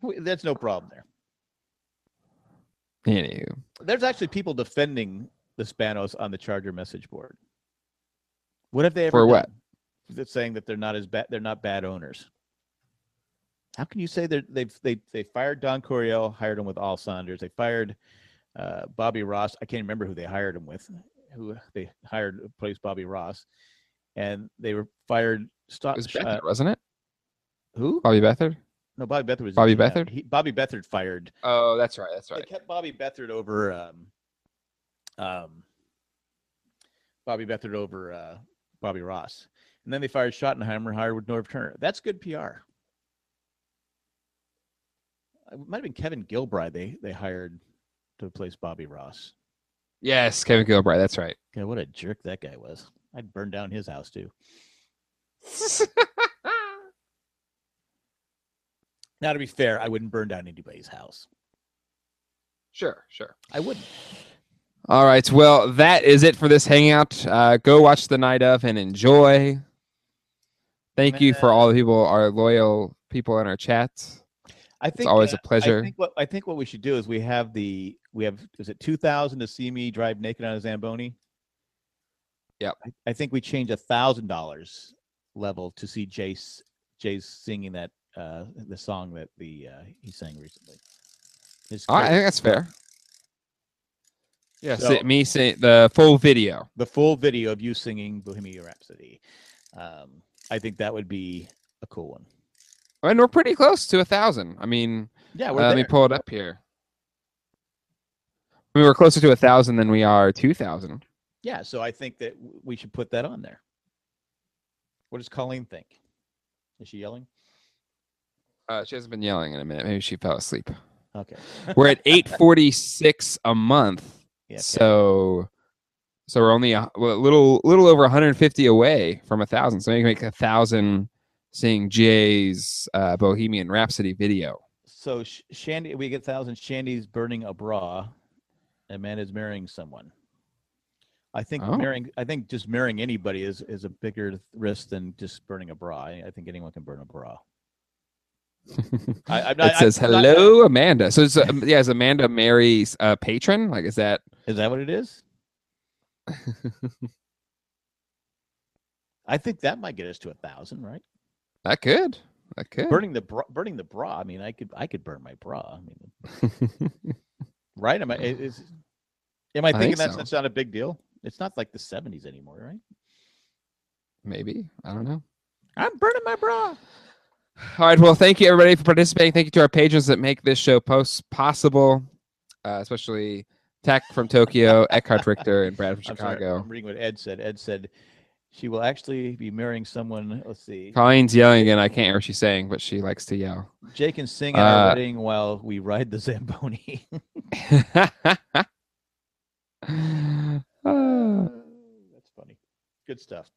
Speaker 2: We- That's no problem there.
Speaker 1: Anywho,
Speaker 2: There's actually people defending the Spanos on the Charger message board. What have they ever
Speaker 1: For what?
Speaker 2: done That's saying that they're not as bad. They're not bad owners. How can you say they're, they've they they fired Don Coryell, hired him with Al Saunders. They fired uh, Bobby Ross. I can't remember who they hired him with. Who they hired replaced Bobby Ross, and they were fired.
Speaker 1: it
Speaker 2: Stop.
Speaker 1: was Bethard, wasn't it?
Speaker 2: who?
Speaker 1: Bobby Bethard.
Speaker 2: No, Bobby Bethard was the
Speaker 1: Bobby
Speaker 2: GM.
Speaker 1: Beathard?
Speaker 2: He, Bobby Bethard fired
Speaker 1: Oh, that's right. That's
Speaker 2: They kept Bobby Bethard over. Um, um, Bobby Bethard over uh, Bobby Ross, and then they fired Schottenheimer, hired with Norv Turner. That's good PR. It might have been Kevin Gilbride they they hired to replace Bobby Ross.
Speaker 1: Yes, Kevin Gilbride. That's right.
Speaker 2: God, what a jerk that guy was! I'd burn down his house too. Now, to be fair, I wouldn't burn down anybody's house.
Speaker 1: *laughs* sure, sure.
Speaker 2: I wouldn't.
Speaker 1: All right. Well, that is it for this hangout. Uh, go watch the night of and enjoy. Thank you for all the people, our loyal people in our chat.
Speaker 2: I
Speaker 1: It's
Speaker 2: think
Speaker 1: always a
Speaker 2: uh, I
Speaker 1: pleasure.
Speaker 2: think what I think what we should do is we have the we have is it two thousand to see me drive naked on a zamboni.
Speaker 1: Yep.
Speaker 2: I, I think we change a thousand dollars level to see Jace Jace singing that uh the song that the uh he sang recently. His
Speaker 1: All right, I
Speaker 2: cover-
Speaker 1: think that's fair. Yeah,
Speaker 2: So-
Speaker 1: si- me say the full video.
Speaker 2: the full video of you singing Bohemian Rhapsody. Um, I think that would be a cool one.
Speaker 1: And we're pretty close to a thousand. I mean,
Speaker 2: Yeah,
Speaker 1: uh,
Speaker 2: we're
Speaker 1: let me
Speaker 2: there.
Speaker 1: pull it up here. I mean, we're closer to a thousand than we are two thousand.
Speaker 2: Yeah, so I think that w- we should put that on there. What does Colleen think? Is she yelling?
Speaker 1: Uh, she hasn't been yelling in a minute. Maybe she fell asleep.
Speaker 2: Okay.
Speaker 1: We're
Speaker 2: *laughs*
Speaker 1: at eight forty six a month.
Speaker 2: Yeah, okay.
Speaker 1: So, so we're only a, well, a little little over 150 away from a thousand. So maybe make a thousand seeing Jay's uh, Bohemian Rhapsody video.
Speaker 2: So Sh- Shandy, we get thousand. Shandy's burning a bra. Amanda's marrying someone. I think
Speaker 1: Oh.
Speaker 2: marrying. I think just marrying anybody is is a bigger th- risk than just burning a bra. I, I think anyone can burn
Speaker 1: *laughs*
Speaker 2: a bra. I, I'm not,
Speaker 1: it says
Speaker 2: I'm not-
Speaker 1: hello, Amanda. So it's, uh, yeah, is Amanda Mary's uh, patron? Like, is that *laughs*
Speaker 2: is that what it is? I think that might get us to a thousand, right?
Speaker 1: that good? That could.
Speaker 2: Burning the bra, burning the bra. I mean, I could I could burn my bra. I mean, right? Am I
Speaker 1: *sighs*
Speaker 2: i- is am I
Speaker 1: think
Speaker 2: thinking that's
Speaker 1: so.
Speaker 2: that's not a big deal? It's not like the '70s anymore, right?
Speaker 1: *laughs* Maybe I don't know.
Speaker 2: I'm burning my bra.
Speaker 1: All right. Well, thank you everybody for participating. Thank you to our patrons that make this show post possible, uh, especially Tech from Tokyo, Eckhart Richter, and Brad from
Speaker 2: I'm sorry,
Speaker 1: Chicago.
Speaker 2: I'm reading what Ed said. Ed said she will actually be marrying someone. Let's see.
Speaker 1: Colleen's yelling again. I can't hear what she's saying, but she likes to yell. *laughs*
Speaker 2: Jake can sing at our
Speaker 1: Uh,
Speaker 2: wedding while we ride
Speaker 1: *sighs*
Speaker 2: the Zamboni. *laughs*
Speaker 1: Ah.
Speaker 2: that's funny. Good stuff.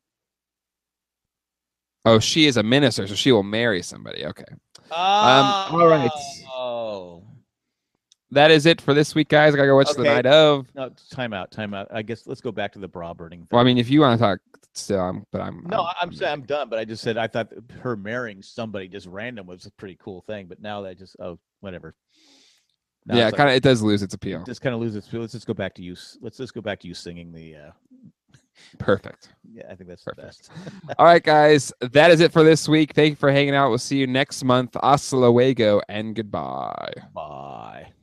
Speaker 1: oh, she is a minister, so she will marry somebody. Okay. Um, all right.
Speaker 2: Oh.
Speaker 1: That is it for this week, guys. I gotta go watch the
Speaker 2: Okay.
Speaker 1: night of.
Speaker 2: No, time out. Time out. I guess let's go back to the bra burning. Thing.
Speaker 1: Well, I mean, if you want to talk still, I'm, but I'm
Speaker 2: no, I- I'm saying I'm done, but I just said I thought that her marrying somebody just random was a pretty cool thing, but now that just oh whatever. Now
Speaker 1: yeah,
Speaker 2: it's like-
Speaker 1: kind of it does lose its appeal.
Speaker 2: just kind of lose its feel. Let's just go back to you. s- Let's just go back to you singing the. uh
Speaker 1: Perfect.
Speaker 2: Yeah, I think that's the
Speaker 1: Perfect. *laughs*
Speaker 2: best.
Speaker 1: All right, guys, that is it for this week. Thank you for hanging out. We'll see you next month. Hasta luego and goodbye.
Speaker 2: Bye.